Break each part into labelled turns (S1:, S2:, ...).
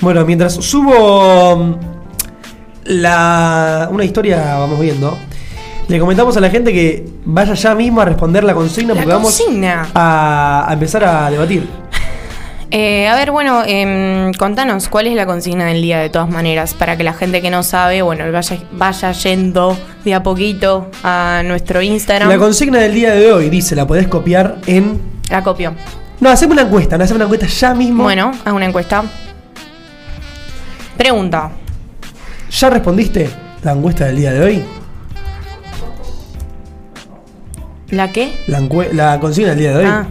S1: Bueno, mientras subo mm, la, una historia, vamos viendo, le comentamos a la gente que vaya ya mismo a responder la consigna porque
S2: La consigna.
S1: vamos a, a empezar a debatir.
S2: Eh, a ver, bueno, em, contanos, ¿cuál es la consigna del día de todas maneras? Para que la gente que no sabe, bueno, vaya, vaya yendo de a poquito a nuestro Instagram.
S1: La consigna del día de hoy dice, la podés copiar en...
S2: La copio.
S1: No, hacemos una encuesta, no hacemos una encuesta ya mismo.
S2: Bueno, haz una encuesta. Pregunta.
S1: ¿Ya respondiste la encuesta del día de hoy?
S2: ¿La qué?
S1: La, encue- la consigna del día de hoy.
S2: Ah.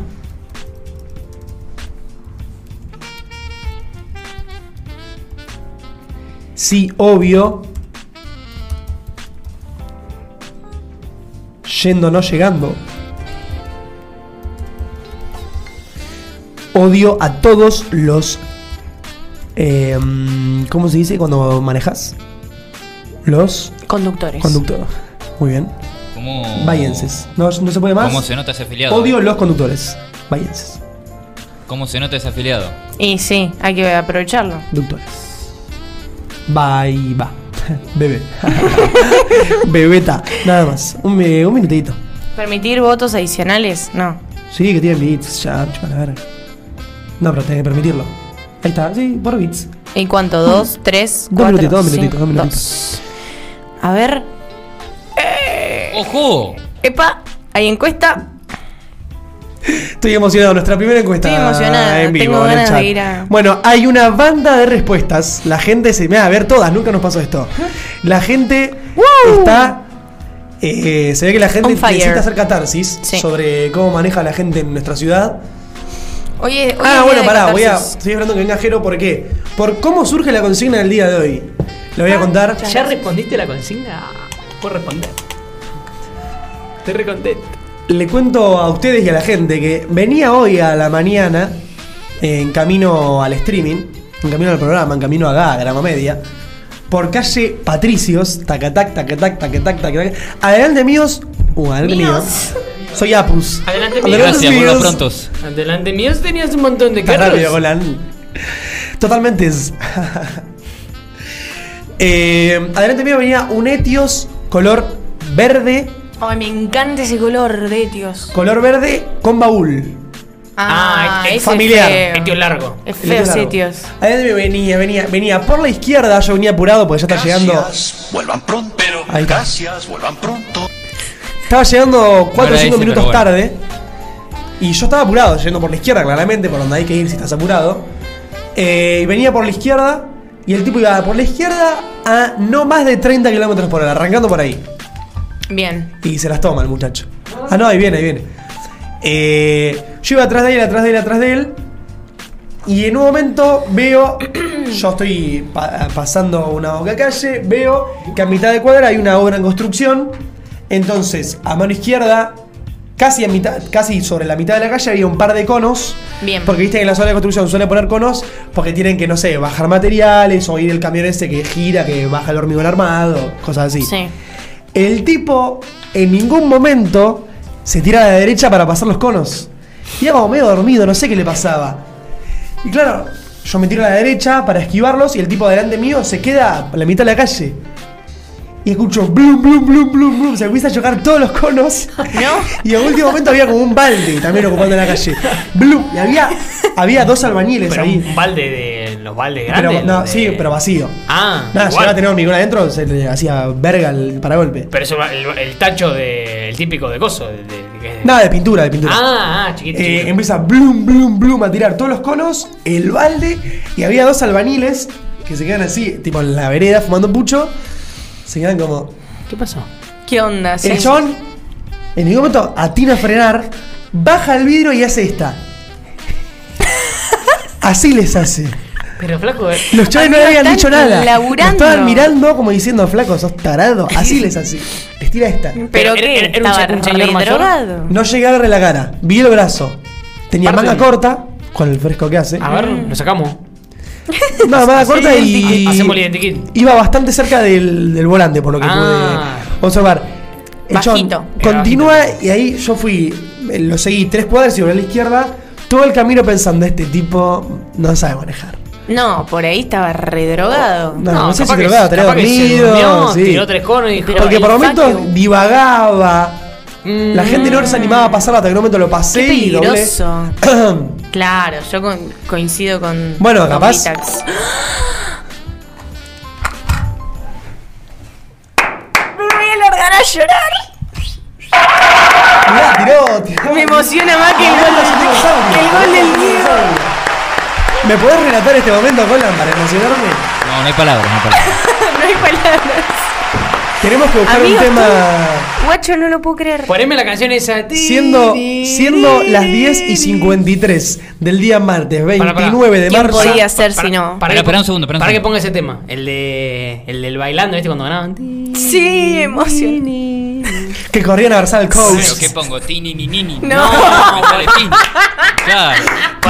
S1: Sí, obvio. Yendo, no llegando. Odio a todos los... eh, ¿Cómo se dice cuando manejas? Los
S2: Conductores.
S1: conductores. Muy bien.
S3: ¿Cómo,
S1: Váyanses. No, no se puede más.
S3: ¿Cómo se nota ese afiliado?
S1: Odio los conductores. Váyanses.
S3: ¿Cómo se nota ese afiliado?
S2: y sí, hay que aprovecharlo.
S1: Conductores. Bye, va. Bebé. Bebeta. Nada más. Un, mi- un minutito.
S2: ¿Permitir votos adicionales? No.
S1: Sí, que tienen bits. Ya, chupa la verga. No, pero tenés que permitirlo. Ahí está. Sí, por bits.
S2: ¿Y cuánto? ¿Dos? ¿Tres?
S1: Mm. Dos
S2: cuatro,
S1: minutitos, dos
S2: cinco,
S1: minutitos, dos minutitos.
S2: dos. A ver. Eh.
S3: ¡Ojo!
S2: Epa, hay encuesta.
S1: Estoy emocionado. Nuestra primera encuesta.
S2: Estoy emocionada,
S1: En vivo,
S2: tengo
S1: en el
S2: ganas
S1: chat.
S2: de ir a-
S1: Bueno, hay una banda de respuestas. La gente se. Mira, a ver todas. Nunca nos pasó esto. La gente está. eh, eh, se ve que la gente
S2: On fire.
S1: necesita hacer catarsis
S2: Sí.
S1: sobre cómo maneja la gente en nuestra ciudad.
S2: Oye, hoy
S1: Ah,
S2: es
S1: bueno,
S2: día de
S1: pará, voy a.
S2: catarsis.
S1: Estoy esperando que venga Jero, ¿por qué? Por cómo surge la consigna del día de hoy. Le
S2: Ah,
S1: voy a contar.
S4: ¿Ya respondiste la consigna? Por responder. Estoy recontento.
S1: Le cuento a ustedes y a la gente que venía hoy a la mañana eh, en camino al streaming, en camino al programa, en camino acá, a Grama Media, por calle Patricios, tacatac, tacatac, tacatac, tacatac. Adelante míos. Uh, adelante míos. Soy Apus.
S4: Adelante míos.
S3: Eh, Gracias por los
S1: míos.
S3: prontos.
S4: Adelante mío tenías un montón de
S1: Está rápido,
S4: carros.
S1: Golan. Totalmente. es. Eh, adelante mío venía un Etios color verde,
S2: Ay, me encanta ese color de Dios.
S1: color verde con baúl.
S4: Ah, es
S1: familiar.
S2: Es
S4: Metió
S2: feo,
S4: largo.
S2: es
S1: El Etios
S2: feo ese
S1: largo.
S2: Etios.
S1: Adelante mío venía, venía, venía por la izquierda, yo venía apurado porque ya está llegando.
S5: Gracias, vuelvan pronto. Pero
S1: Ahí está.
S5: gracias, vuelvan pronto.
S1: Estaba llegando 4 o 5
S3: Ahora dice,
S1: minutos
S3: pero bueno.
S1: tarde. Y yo estaba apurado, yendo por la izquierda, claramente, por donde hay que ir si estás apurado. Eh, y venía por la izquierda. Y el tipo iba por la izquierda a no más de 30 kilómetros por hora, arrancando por ahí.
S2: Bien.
S1: Y se las toma el muchacho. Ah, no, ahí viene, ahí viene. Eh, yo iba atrás de él, atrás de él, atrás de él. Y en un momento veo, yo estoy pa- pasando una boca calle, veo que a mitad de cuadra hay una obra en construcción. Entonces, a mano izquierda, casi, a mitad, casi sobre la mitad de la calle, había un par de conos.
S2: Bien.
S1: Porque viste que en la zona de construcción suelen poner conos porque tienen que, no sé, bajar materiales o ir el camión ese que gira, que baja el hormigón armado, cosas así.
S2: Sí.
S1: El tipo en ningún momento se tira a la derecha para pasar los conos. Y era como medio dormido, no sé qué le pasaba. Y claro, yo me tiro a la derecha para esquivarlos y el tipo delante mío se queda a la mitad de la calle. Y escucho blum, blum, blum, blum, blum. Se empieza a chocar todos los conos. Y en último momento había como un balde también ocupando la calle. Blum. Y había, había dos albañiles
S4: Pero
S1: ahí.
S4: un balde de. Los baldes
S1: Pero,
S4: grandes.
S1: no,
S4: de-
S1: sí, pero vacío.
S4: Ah,
S1: Nada,
S4: igual.
S1: llegaba a tener hormigón adentro, se le hacía verga el paragolpe.
S4: Pero eso, va- el, el tacho de. El típico de coso. de- de- que es de-
S1: Eh, Nada de pintura, de pintura.
S4: Ah, ah, chiquito.
S1: Eh,
S4: chiquito.
S1: empieza blum, blum, blum a tirar todos los conos, el balde, y había dos albaniles que se quedan así, tipo en la vereda fumando pucho. Se quedan como.
S4: ¿Qué pasó?
S2: ¿Qué onda? Sí.
S1: El chabón, en ningún momento atina a frenar, baja el vidrio y hace esta. Así les hace.
S4: Pero flaco. eh.
S1: Los chavales no le habían
S2: están
S1: dicho nada.
S2: laburando.
S1: Estaban mirando como diciendo, flaco, sos tarado. Así les hace. Les tira esta.
S2: ¿Pero
S4: Pero era-
S2: qué?
S4: era- era un
S2: ¿Estaba
S4: se- un señor
S2: re
S4: mayor.
S2: drogado?
S1: No llegué a darle la cara. Vi el brazo. Tenía
S4: Parte.
S1: manga corta, con el fresco que hace.
S4: A ver, lo sacamos.
S1: No, manga
S4: Hacemos
S1: corta y.
S4: identikit. Hacemos el identikit.
S1: Iba bastante cerca del, del volante, por lo que
S4: Ah.
S1: pude observar. El chabón
S2: Bajito.
S4: Era
S1: Continúa y ahí yo fui. eh, Lo seguí tres cuadras y volví a la izquierda. Todo el camino pensando, este tipo no sabe manejar.
S2: No, por ahí estaba redrogado.
S1: No, no sé
S4: capaz
S1: si
S4: que-
S1: drogado, estaría
S4: capaz que se
S1: dormido,
S4: durmió,
S1: sí.
S4: Tiró tres conos y dijo.
S2: Pero
S1: Porque
S2: el uh.
S1: por momentos
S2: facu-
S1: divagaba. La
S4: Mm.
S1: gente no se animaba a pasar hasta que momento lo pasé
S2: Qué
S1: y doblé.
S2: peligroso. Claro, yo con- coincido con.
S1: Bueno,
S2: con
S1: capaz-
S2: Vitax. Me voy a largar a llorar.
S1: Mirá, tiró, tiró.
S2: Me emociona más que el gol del, que el gol del Diego.
S1: ¿Me podés relatar este momento, Colan, para emocionarme?
S3: No, no hay palabras, no hay palabras.
S2: No hay palabras.
S1: Tenemos que buscar
S2: Amigos,
S1: un tema.
S2: Guacho, no lo puedo creer.
S4: Poneme la canción esa.
S1: Siendo, siendo las 10 y 53 del día martes, 29
S4: Pará, pará.
S1: de
S2: ¿Quién
S1: marzo.
S2: podía ser si no?
S3: Pará, pará un segundo, pará un
S4: Para que
S3: segundo.
S4: ponga ese tema. El de. El del bailando, ¿viste? Cuando ganaban.
S2: Sí, emoción.
S1: Que corrían a abrazar al coach.
S3: Pero, ¿Qué pongo? Tini, ni, ni, ni.
S2: No.
S3: no sale tini. Claro.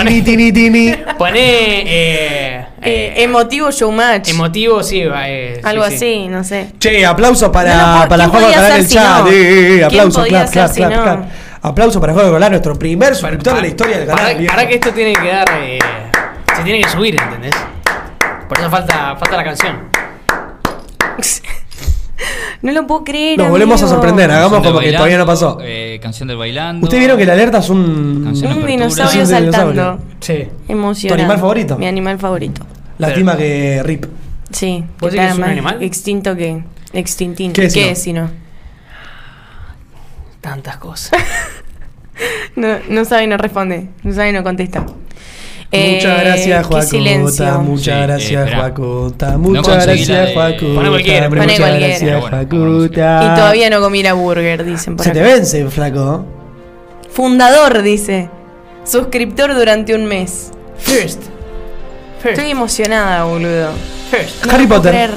S1: Tini, tini, tini.
S4: Poné. Eh,
S2: Eh,
S4: eh,
S2: emotivo showmatch.
S4: emotivo, sí. va, eh, sí,
S2: Algo
S4: sí.
S2: así, no sé.
S1: Che, aplauso
S2: No,
S1: para,
S2: no,
S1: para
S2: ¿quién
S1: Juan
S2: podía
S1: Alcalá en
S2: ser
S1: el
S2: si
S1: chat.
S2: no?
S1: Eh, eh,
S2: ¿Quién
S1: aplauso,
S2: podía
S1: clap,
S2: ser
S1: clap,
S2: si
S1: clap,
S2: no?
S1: clap. Aplauso para Juan Alcalá, nuestro primer suscriptor de
S4: Pa-
S1: la historia del
S4: pará-
S1: canal. viejo.
S4: Pará que esto tiene que quedar. eh, se tiene que subir, ¿entendés? Por eso falta, falta la canción.
S2: No lo puedo creer.
S1: Nos volvemos a
S2: amigo.
S1: sorprender, hagamos
S3: Canción del
S1: como que todavía no pasó.
S3: eh, canción del bailando.
S1: Ustedes vieron que la alerta es un.
S3: Canción
S2: Un
S3: apertura.
S2: dinosaurio
S1: Sí, un dinosaurio.
S2: saltando.
S4: Sí.
S2: Emocionante.
S1: ¿Tu animal favorito?
S2: Mi animal favorito.
S1: Lástima que Rip.
S2: Sí.
S4: ¿Vos
S2: que
S4: decís que
S2: está
S4: es un
S2: más
S4: animal?
S2: Extinto que. Extintín.
S1: ¿Qué es si no?
S2: si no?
S4: Tantas cosas.
S2: No, no sabe y no responde. No sabe y no contesta. Eh,
S1: muchas gracias,
S2: Juan.
S1: Juacota. Muchas
S3: Sí, eh,
S1: gracias,
S3: esperá.
S1: Juacota.
S3: No
S1: Muchas
S3: conseguí la
S1: gracias,
S3: de-
S1: Juacota.
S4: Poné cualquiera,
S1: Muchas
S2: poné cualquiera.
S1: gracias,
S3: Bueno,
S1: Juacota.
S2: Y todavía no comí la burger, dicen por
S1: Se te
S2: acá.
S1: vence, flaco.
S2: Fundador, dice. Suscriptor durante un mes.
S4: First. First.
S2: Estoy emocionada, boludo.
S4: First.
S2: No
S1: Harry
S2: lo puedo
S1: Potter.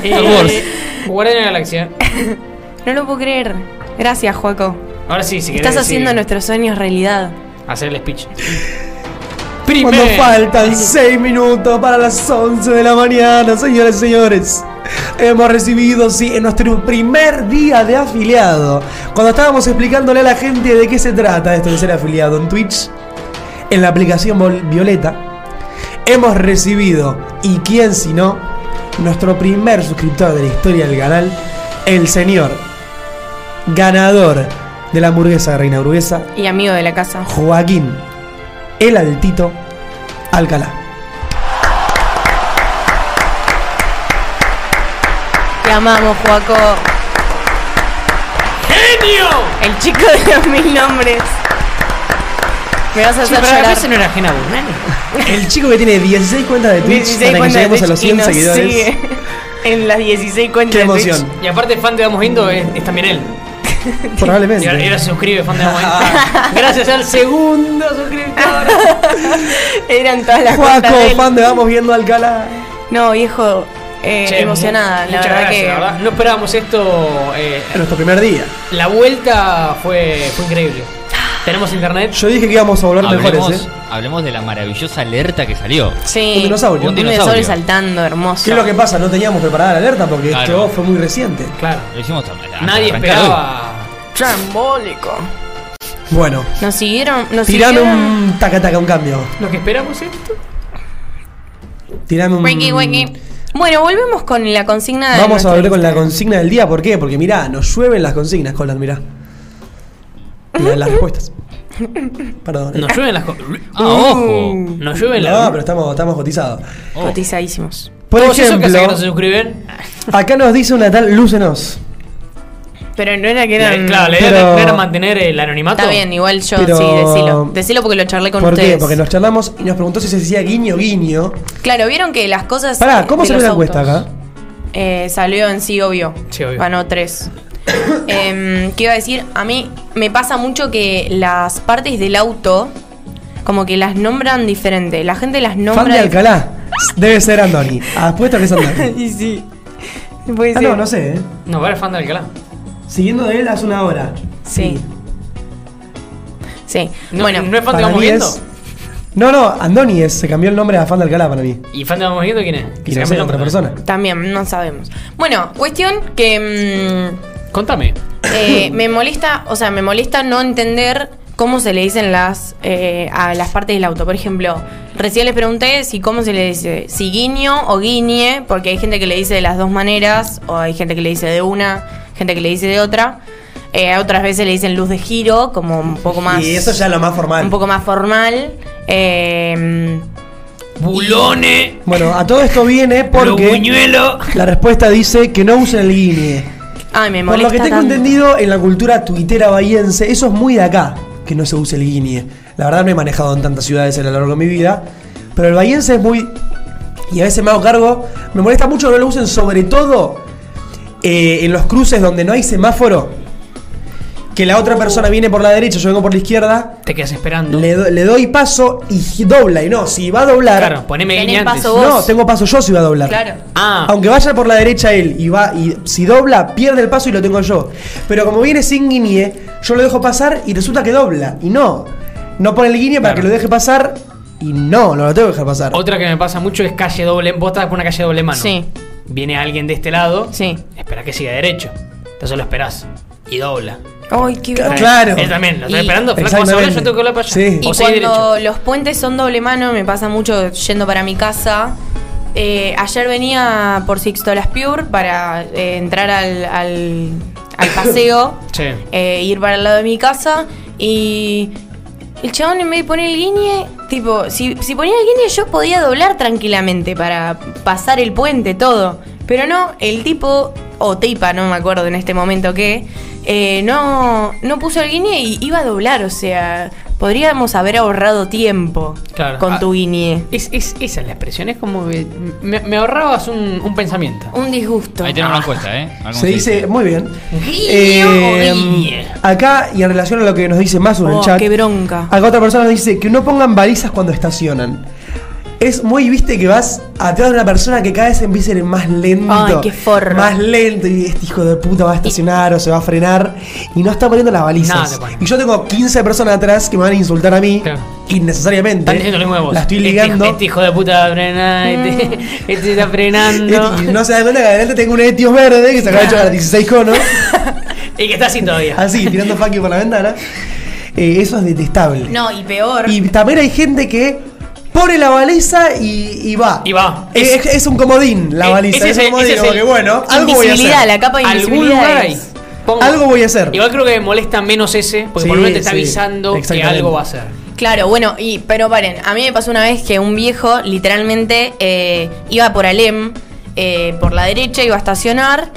S2: creer.
S4: Star
S3: Wars.
S4: Guardián de la Galaxia.
S2: No lo puedo creer. Gracias, Juaco.
S4: Ahora sí, si querés.
S2: Estás haciendo
S4: decir-
S2: nuestros sueños realidad.
S4: Hacer el speech.
S1: Cuando
S4: Primer.
S1: faltan 6 minutos para las 11 de la mañana, señores y señores. Hemos recibido, sí, en nuestro primer día de afiliado, cuando estábamos explicándole a la gente de qué se trata esto de ser afiliado en Twitch, en la aplicación Vol- Violeta, hemos recibido, y quién si no, nuestro primer suscriptor de la historia del canal, el señor ganador de la hamburguesa de Reina Burguesa,
S2: Y amigo de la casa.
S1: Joaquín, el altito Alcalá.
S2: Te amamos, Juaco.
S4: ¡Genio!
S2: El chico de los mil nombres. Me vas a
S4: Sí,
S2: hacer
S4: pero a
S2: llorar.
S4: veces no era ajena a Burnani.
S1: El chico que tiene 16 cuentas de Twitch
S2: 16
S1: para que
S2: cuentas de
S1: lleguemos a los
S2: Twitch y
S1: 100
S2: nos
S1: seguidores.
S2: sigue En las 16 cuentas
S1: Qué
S2: de Twitch.
S1: emoción.
S4: Y aparte, fan de Vamos Indo es, es también él. Y
S1: Probablemente.
S4: ahora, y ahora se suscribe, fan de Vamos Indo. Gracias al segundo suscriptor.
S2: Eran todas las
S1: Juaco,
S2: cuentas de él.
S1: fan de Vamos Viendo Alcalá.
S2: No, viejo. eh,
S4: Che,
S2: emocionada,
S4: mu-
S2: la
S4: muchas
S2: verdad
S4: gracias,
S2: que.
S4: la verdad. No esperábamos esto. eh,
S1: En nuestro primer día.
S4: la vuelta fue, fue increíble. Tenemos internet.
S1: Yo dije que íbamos a volver mejores,
S3: Hablemos,
S1: ¿eh?
S3: hablemos de la maravillosa alerta que salió.
S2: Sí.
S1: Un dinosaurio.
S2: Un
S3: Un
S2: dinosaurio
S3: dinosaurio.
S2: saltando, hermoso.
S1: ¿Qué es lo que pasa? No teníamos preparada la alerta porque
S3: Claro.
S1: esto fue muy reciente.
S4: Claro.
S3: Lo hicimos tra-
S1: Ah,
S4: Nadie
S3: arrancar
S4: esperaba.
S2: Trambólico.
S1: Bueno,
S2: Nos siguieron. Nos
S1: tirame
S2: siguieron.
S1: un taca taca, un cambio.
S4: Lo que esperamos esto.
S1: Tirame un.
S2: Wiki, wiki. Bueno, volvemos con la consigna de
S1: Mm. Vamos a
S2: nuestro
S1: volver con la
S2: Instagram.
S1: consigna del día. ¿Por qué? Porque mirá, nos llueven las consignas, Colan, mirá. La- las respuestas. Perdón. eh.
S4: Nos llueven las. co-
S3: Ah, ojo.
S4: Nos llueven
S1: No,
S4: las.
S1: pero estamos, estamos cotizados.
S3: Oh.
S2: Cotizadísimos.
S1: Por
S4: Todos esos
S1: ejemplo,
S4: que hacen que no se suscriben.
S1: acá nos dice una tal Lúcenos.
S2: Pero no era que
S4: Le-
S2: eran.
S4: claro, le
S1: eh, pero-
S4: deben era mantener el anonimato.
S2: Está bien, igual yo
S1: Pero-
S2: sí, decilo. Decilo porque lo charlé con
S1: ¿Por
S2: ustedes.
S1: qué? Porque nos charlamos y nos preguntó si se decía guiño guiño.
S2: Claro, vieron que las cosas.
S1: Pará, ¿cómo
S2: de
S1: salió
S2: los
S1: la encuesta
S2: autos?
S1: acá?
S2: Eh, salió en sí, obvio.
S4: Sí, obvio.
S2: Ganó tres. Em, ¿Qué iba a decir? A mí me pasa mucho que las partes del auto, como que las nombran diferente. La gente las nombra.
S1: Fan de
S2: dif-
S1: Alcalá. Debe ser Andoni. Apuesto que es Andoni.
S2: Y sí. Puede
S1: Ah,
S2: ser.
S1: no, no sé, ¿eh?
S4: No, va a fan de Alcalá.
S1: Siguiendo de él hace una hora.
S2: Sí. Sí.
S4: No,
S2: bueno,
S4: ¿No es fan de
S1: Para
S4: Vamos
S1: mí
S4: Viendo?
S1: es... No, no, Andoni es. Se cambió el nombre a Fan de Alcalá para mí.
S4: ¿Y fan de Vamos Viendo quién es?
S1: Y
S4: Se
S1: no
S4: cambia
S1: sé,
S4: el
S1: otra
S4: nombre.
S1: persona.
S2: también, no sabemos. Bueno, cuestión que. mm,
S4: Contame.
S2: Eh, me molesta, o sea, me molesta no entender cómo se le dicen las, eh, a las partes del auto. Por ejemplo, recién les pregunté si cómo se le dice, si guiño o guiñe, porque hay gente que le dice de las dos maneras, o hay gente que le dice de una, gente que le dice de otra. Eh, otras veces le dicen luz de giro, como un poco más.
S1: Y eso ya es lo más formal.
S2: Un poco más formal. Eh,
S4: Bulone,
S1: Bueno, a todo esto viene
S4: lo
S1: porque
S4: buñuelo.
S1: la respuesta dice que no usen el guiñe.
S2: ay, me
S1: Por
S2: molesta.
S1: lo que tengo
S2: tanto.
S1: entendido, en la cultura tuitera bahiense, eso es muy de acá, que no se use el guiñe. La verdad no he manejado en tantas ciudades a lo largo de mi vida, pero el bahiense es muy... Y a veces me hago cargo, me molesta mucho que no lo usen, sobre todo eh, en los cruces donde no hay semáforo, que la otra persona viene por la derecha, yo vengo por la izquierda,
S4: Te quedas esperando.
S1: le, do- le doy paso y gi- dobla, y no, si va a doblar...
S4: Claro, poneme
S2: Tenés
S4: guiña antes.
S2: paso
S1: no,
S2: vos.
S1: tengo paso yo si va a doblar.
S2: Claro.
S4: Ah,
S1: Aunque vaya por la derecha él y va y si dobla, pierde el paso y lo tengo yo. Pero como viene sin guiñe, yo lo dejo pasar y resulta que dobla. Y no. No pone el guiñe para
S4: Claro.
S1: que lo deje pasar y no, no lo tengo que dejar pasar.
S4: otra que me pasa mucho es calle doble. Vos estás por una calle doble mano.
S2: Sí.
S4: Viene alguien de este lado.
S2: Sí.
S4: Espera que siga derecho. Entonces lo esperás. Y dobla.
S2: Ay, qué
S1: Claro.
S4: Eh, Él también, lo estoy
S2: Y-
S4: esperando. Flaco, vas a hablar, yo tengo que hablar para allá.
S1: Sí.
S2: Y
S4: O seguí
S2: cuando
S4: derecho.
S2: los puentes son doble mano, me pasa mucho yendo para mi casa. Eh, ayer venía por Sixto Las Pure para eh, entrar al, al- al paseo,
S4: Sí.
S2: eh, ir para el lado de mi casa y el chabón en vez de poner el guiñe, tipo, si, si ponía el guiñe yo podía doblar tranquilamente para pasar el puente, todo. Pero no, el tipo, o tipa, no me acuerdo en este momento qué, eh, no, no puso el guiñe y iba a doblar, o sea, podríamos haber ahorrado tiempo
S4: Claro.
S2: con
S4: Ah.
S2: tu guiñe.
S4: Es, es, esa es la expresión, es como que me, me ahorrabas un, un pensamiento.
S2: Un disgusto.
S3: Ahí tenemos una encuesta, ¿eh? A ver cómo
S1: Ah, Se dice, muy bien.
S4: Guiño,
S1: Eh,
S4: guiño.
S1: acá, y en relación a lo que nos dice más en el
S2: Oh,
S1: chat,
S2: qué bronca.
S1: acá otra persona nos dice que no pongan balizas cuando estacionan. Es muy, viste, que vas atrás de una persona que cada vez empieza a ir más lento.
S2: Ay, qué forro.
S1: Más lento. Y este hijo de puta va a estacionar o se va a frenar. Y no está poniendo las
S4: Nada
S1: balizas.
S4: te ponen.
S1: y yo tengo 15 personas atrás que me van a insultar a mí.
S4: Claro.
S1: Innecesariamente.
S4: Están diciendo lo mismo de vos.
S1: La estoy
S4: Este-
S1: ligando.
S4: Este, hijo de puta frena, este, este está frenando.
S1: Este, Y no se da cuenta que adelante tengo un Etios verde que se acaba de echar a 16 conos.
S4: Y que está así todavía.
S1: Así, Ah, tirando fuck you por la ventana. Eh, eso es detestable.
S2: No, y peor.
S1: Y también hay gente que pone la baliza y, y va.
S4: Y va.
S1: Eh, Es, es un comodín la
S4: Eh,
S1: baliza.
S4: ese
S1: es
S4: es
S1: un
S4: el-
S1: comodín.
S4: ese es
S1: como
S4: el-
S1: que, bueno, algo voy a
S2: Invisibilidad,
S1: hacer.
S2: la capa de
S4: Algún
S2: invisibilidad.
S4: lugar
S2: es-
S4: ahí. Pongo.
S1: Algo voy a hacer.
S4: Igual creo que molesta menos ese, porque
S1: Sí,
S4: por lo menos te está
S1: sí,
S4: avisando que
S1: exactamente.
S4: algo va a hacer.
S2: Claro, bueno, y pero paren, a mí me pasó una vez que un viejo literalmente eh, iba por Alem, eh, por la derecha, iba a estacionar,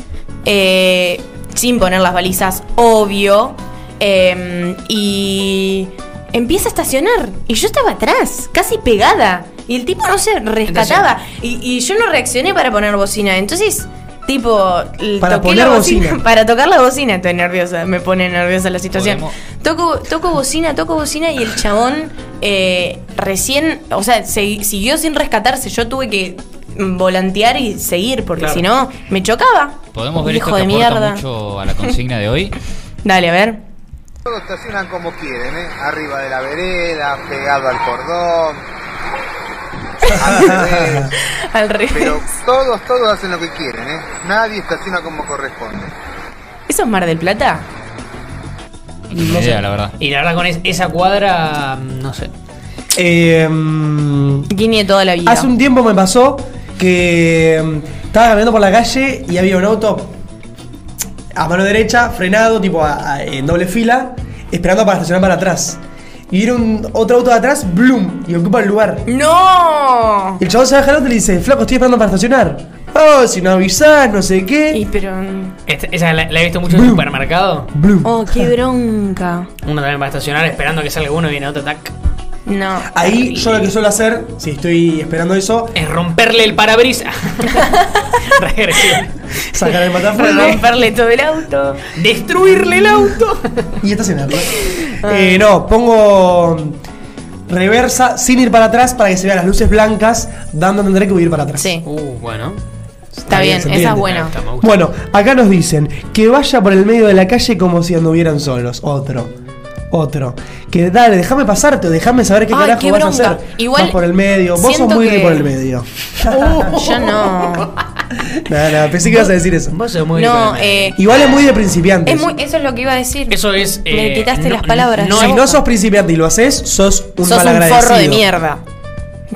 S2: eh, sin poner las balizas, obvio, eh, y empieza a estacionar. Y yo estaba atrás, casi pegada, y el tipo no se rescataba, y, y yo no reaccioné para poner bocina, entonces... Tipo, l-
S1: Para
S2: toqué
S1: poner
S2: la
S1: bocina.
S2: Para tocar la bocina estoy nerviosa, me pone nerviosa la situación.
S3: Podemos-
S2: Toco, toco bocina, toco bocina y el chabón eh, recién, o sea, se- siguió sin rescatarse. Yo tuve que mm, volantear y seguir porque
S4: Claro.
S2: si no me chocaba.
S3: Podemos ver
S2: Hijo
S3: esto que
S2: de
S3: aporta
S2: mierda.
S3: mucho a la consigna de hoy.
S2: Dale, a ver.
S6: Todos estacionan como quieren, ¿eh? Arriba de la vereda, pegado al cordón. al revés.
S2: Al revés.
S6: Pero todos, todos hacen lo que quieren, ¿eh? Nadie estaciona como corresponde.
S2: ¿Eso es Mar del Plata?
S3: No tengo idea, la verdad.
S4: Y la verdad, con es- esa cuadra, mm, no sé.
S1: Eh, mm,
S2: Guiñe toda la vida.
S1: hace un tiempo me pasó que mm, estaba caminando por la calle y había un auto a mano derecha, frenado, tipo a- a- en doble fila, esperando para estacionar para atrás. Y viene un, otro auto de atrás, ¡bloom! Y ocupa el lugar.
S2: ¡No!
S1: Y el chabón se baja el auto y le dice, flaco, estoy esperando para estacionar. Oh, si no avisás, no sé qué.
S2: Y pero. mm,
S4: Esta- Este, esa la, la he visto mucho en el
S1: Blum.
S4: supermercado.
S1: Blum.
S2: Oh, qué bronca.
S4: Uno también va a estacionar esperando que salga uno y viene otro tac.
S2: No.
S1: Ahí yo lo que suelo hacer, si estoy esperando eso,
S4: Es romperle el parabrisas. Regresión.
S1: sacar el matafuego
S2: Romperle todo el auto.
S4: Destruirle el auto.
S1: y estacionarlo.
S2: Ah.
S1: Eh, no, pongo mm, reversa sin ir para atrás para que se vean las luces blancas, dando a entender que voy a ir para atrás.
S2: Sí,
S4: Uh, bueno.
S2: está bien,
S1: bien, se
S2: esa
S1: entiende.
S2: es
S4: Me
S2: buena.
S4: gusta, me gusta.
S1: Bueno, acá nos dicen que vaya por el medio de la calle como si anduvieran solos. Otro. Otro. Que dale, déjame pasarte o déjame saber qué
S2: Ay,
S1: carajo
S2: qué
S1: vas
S2: bronca.
S1: a hacer.
S2: Igual
S1: Vas por el medio. Vos sos
S2: siento
S1: muy
S2: que-
S1: de ir por el medio.
S2: Yo no.
S1: Nada, nada, pensé que ibas a decir eso.
S4: Vos sos muy
S2: No,
S4: bueno.
S2: eh,
S1: Igual es muy de principiantes.
S2: es muy, eso es lo que iba a decir.
S4: Eso es.
S2: Me
S4: eh,
S2: quitaste
S4: no-
S2: las palabras.
S4: no
S1: si
S4: es-
S1: no sos principiante y lo haces, sos un
S2: Sos un
S1: malagradecido.
S2: forro de mierda.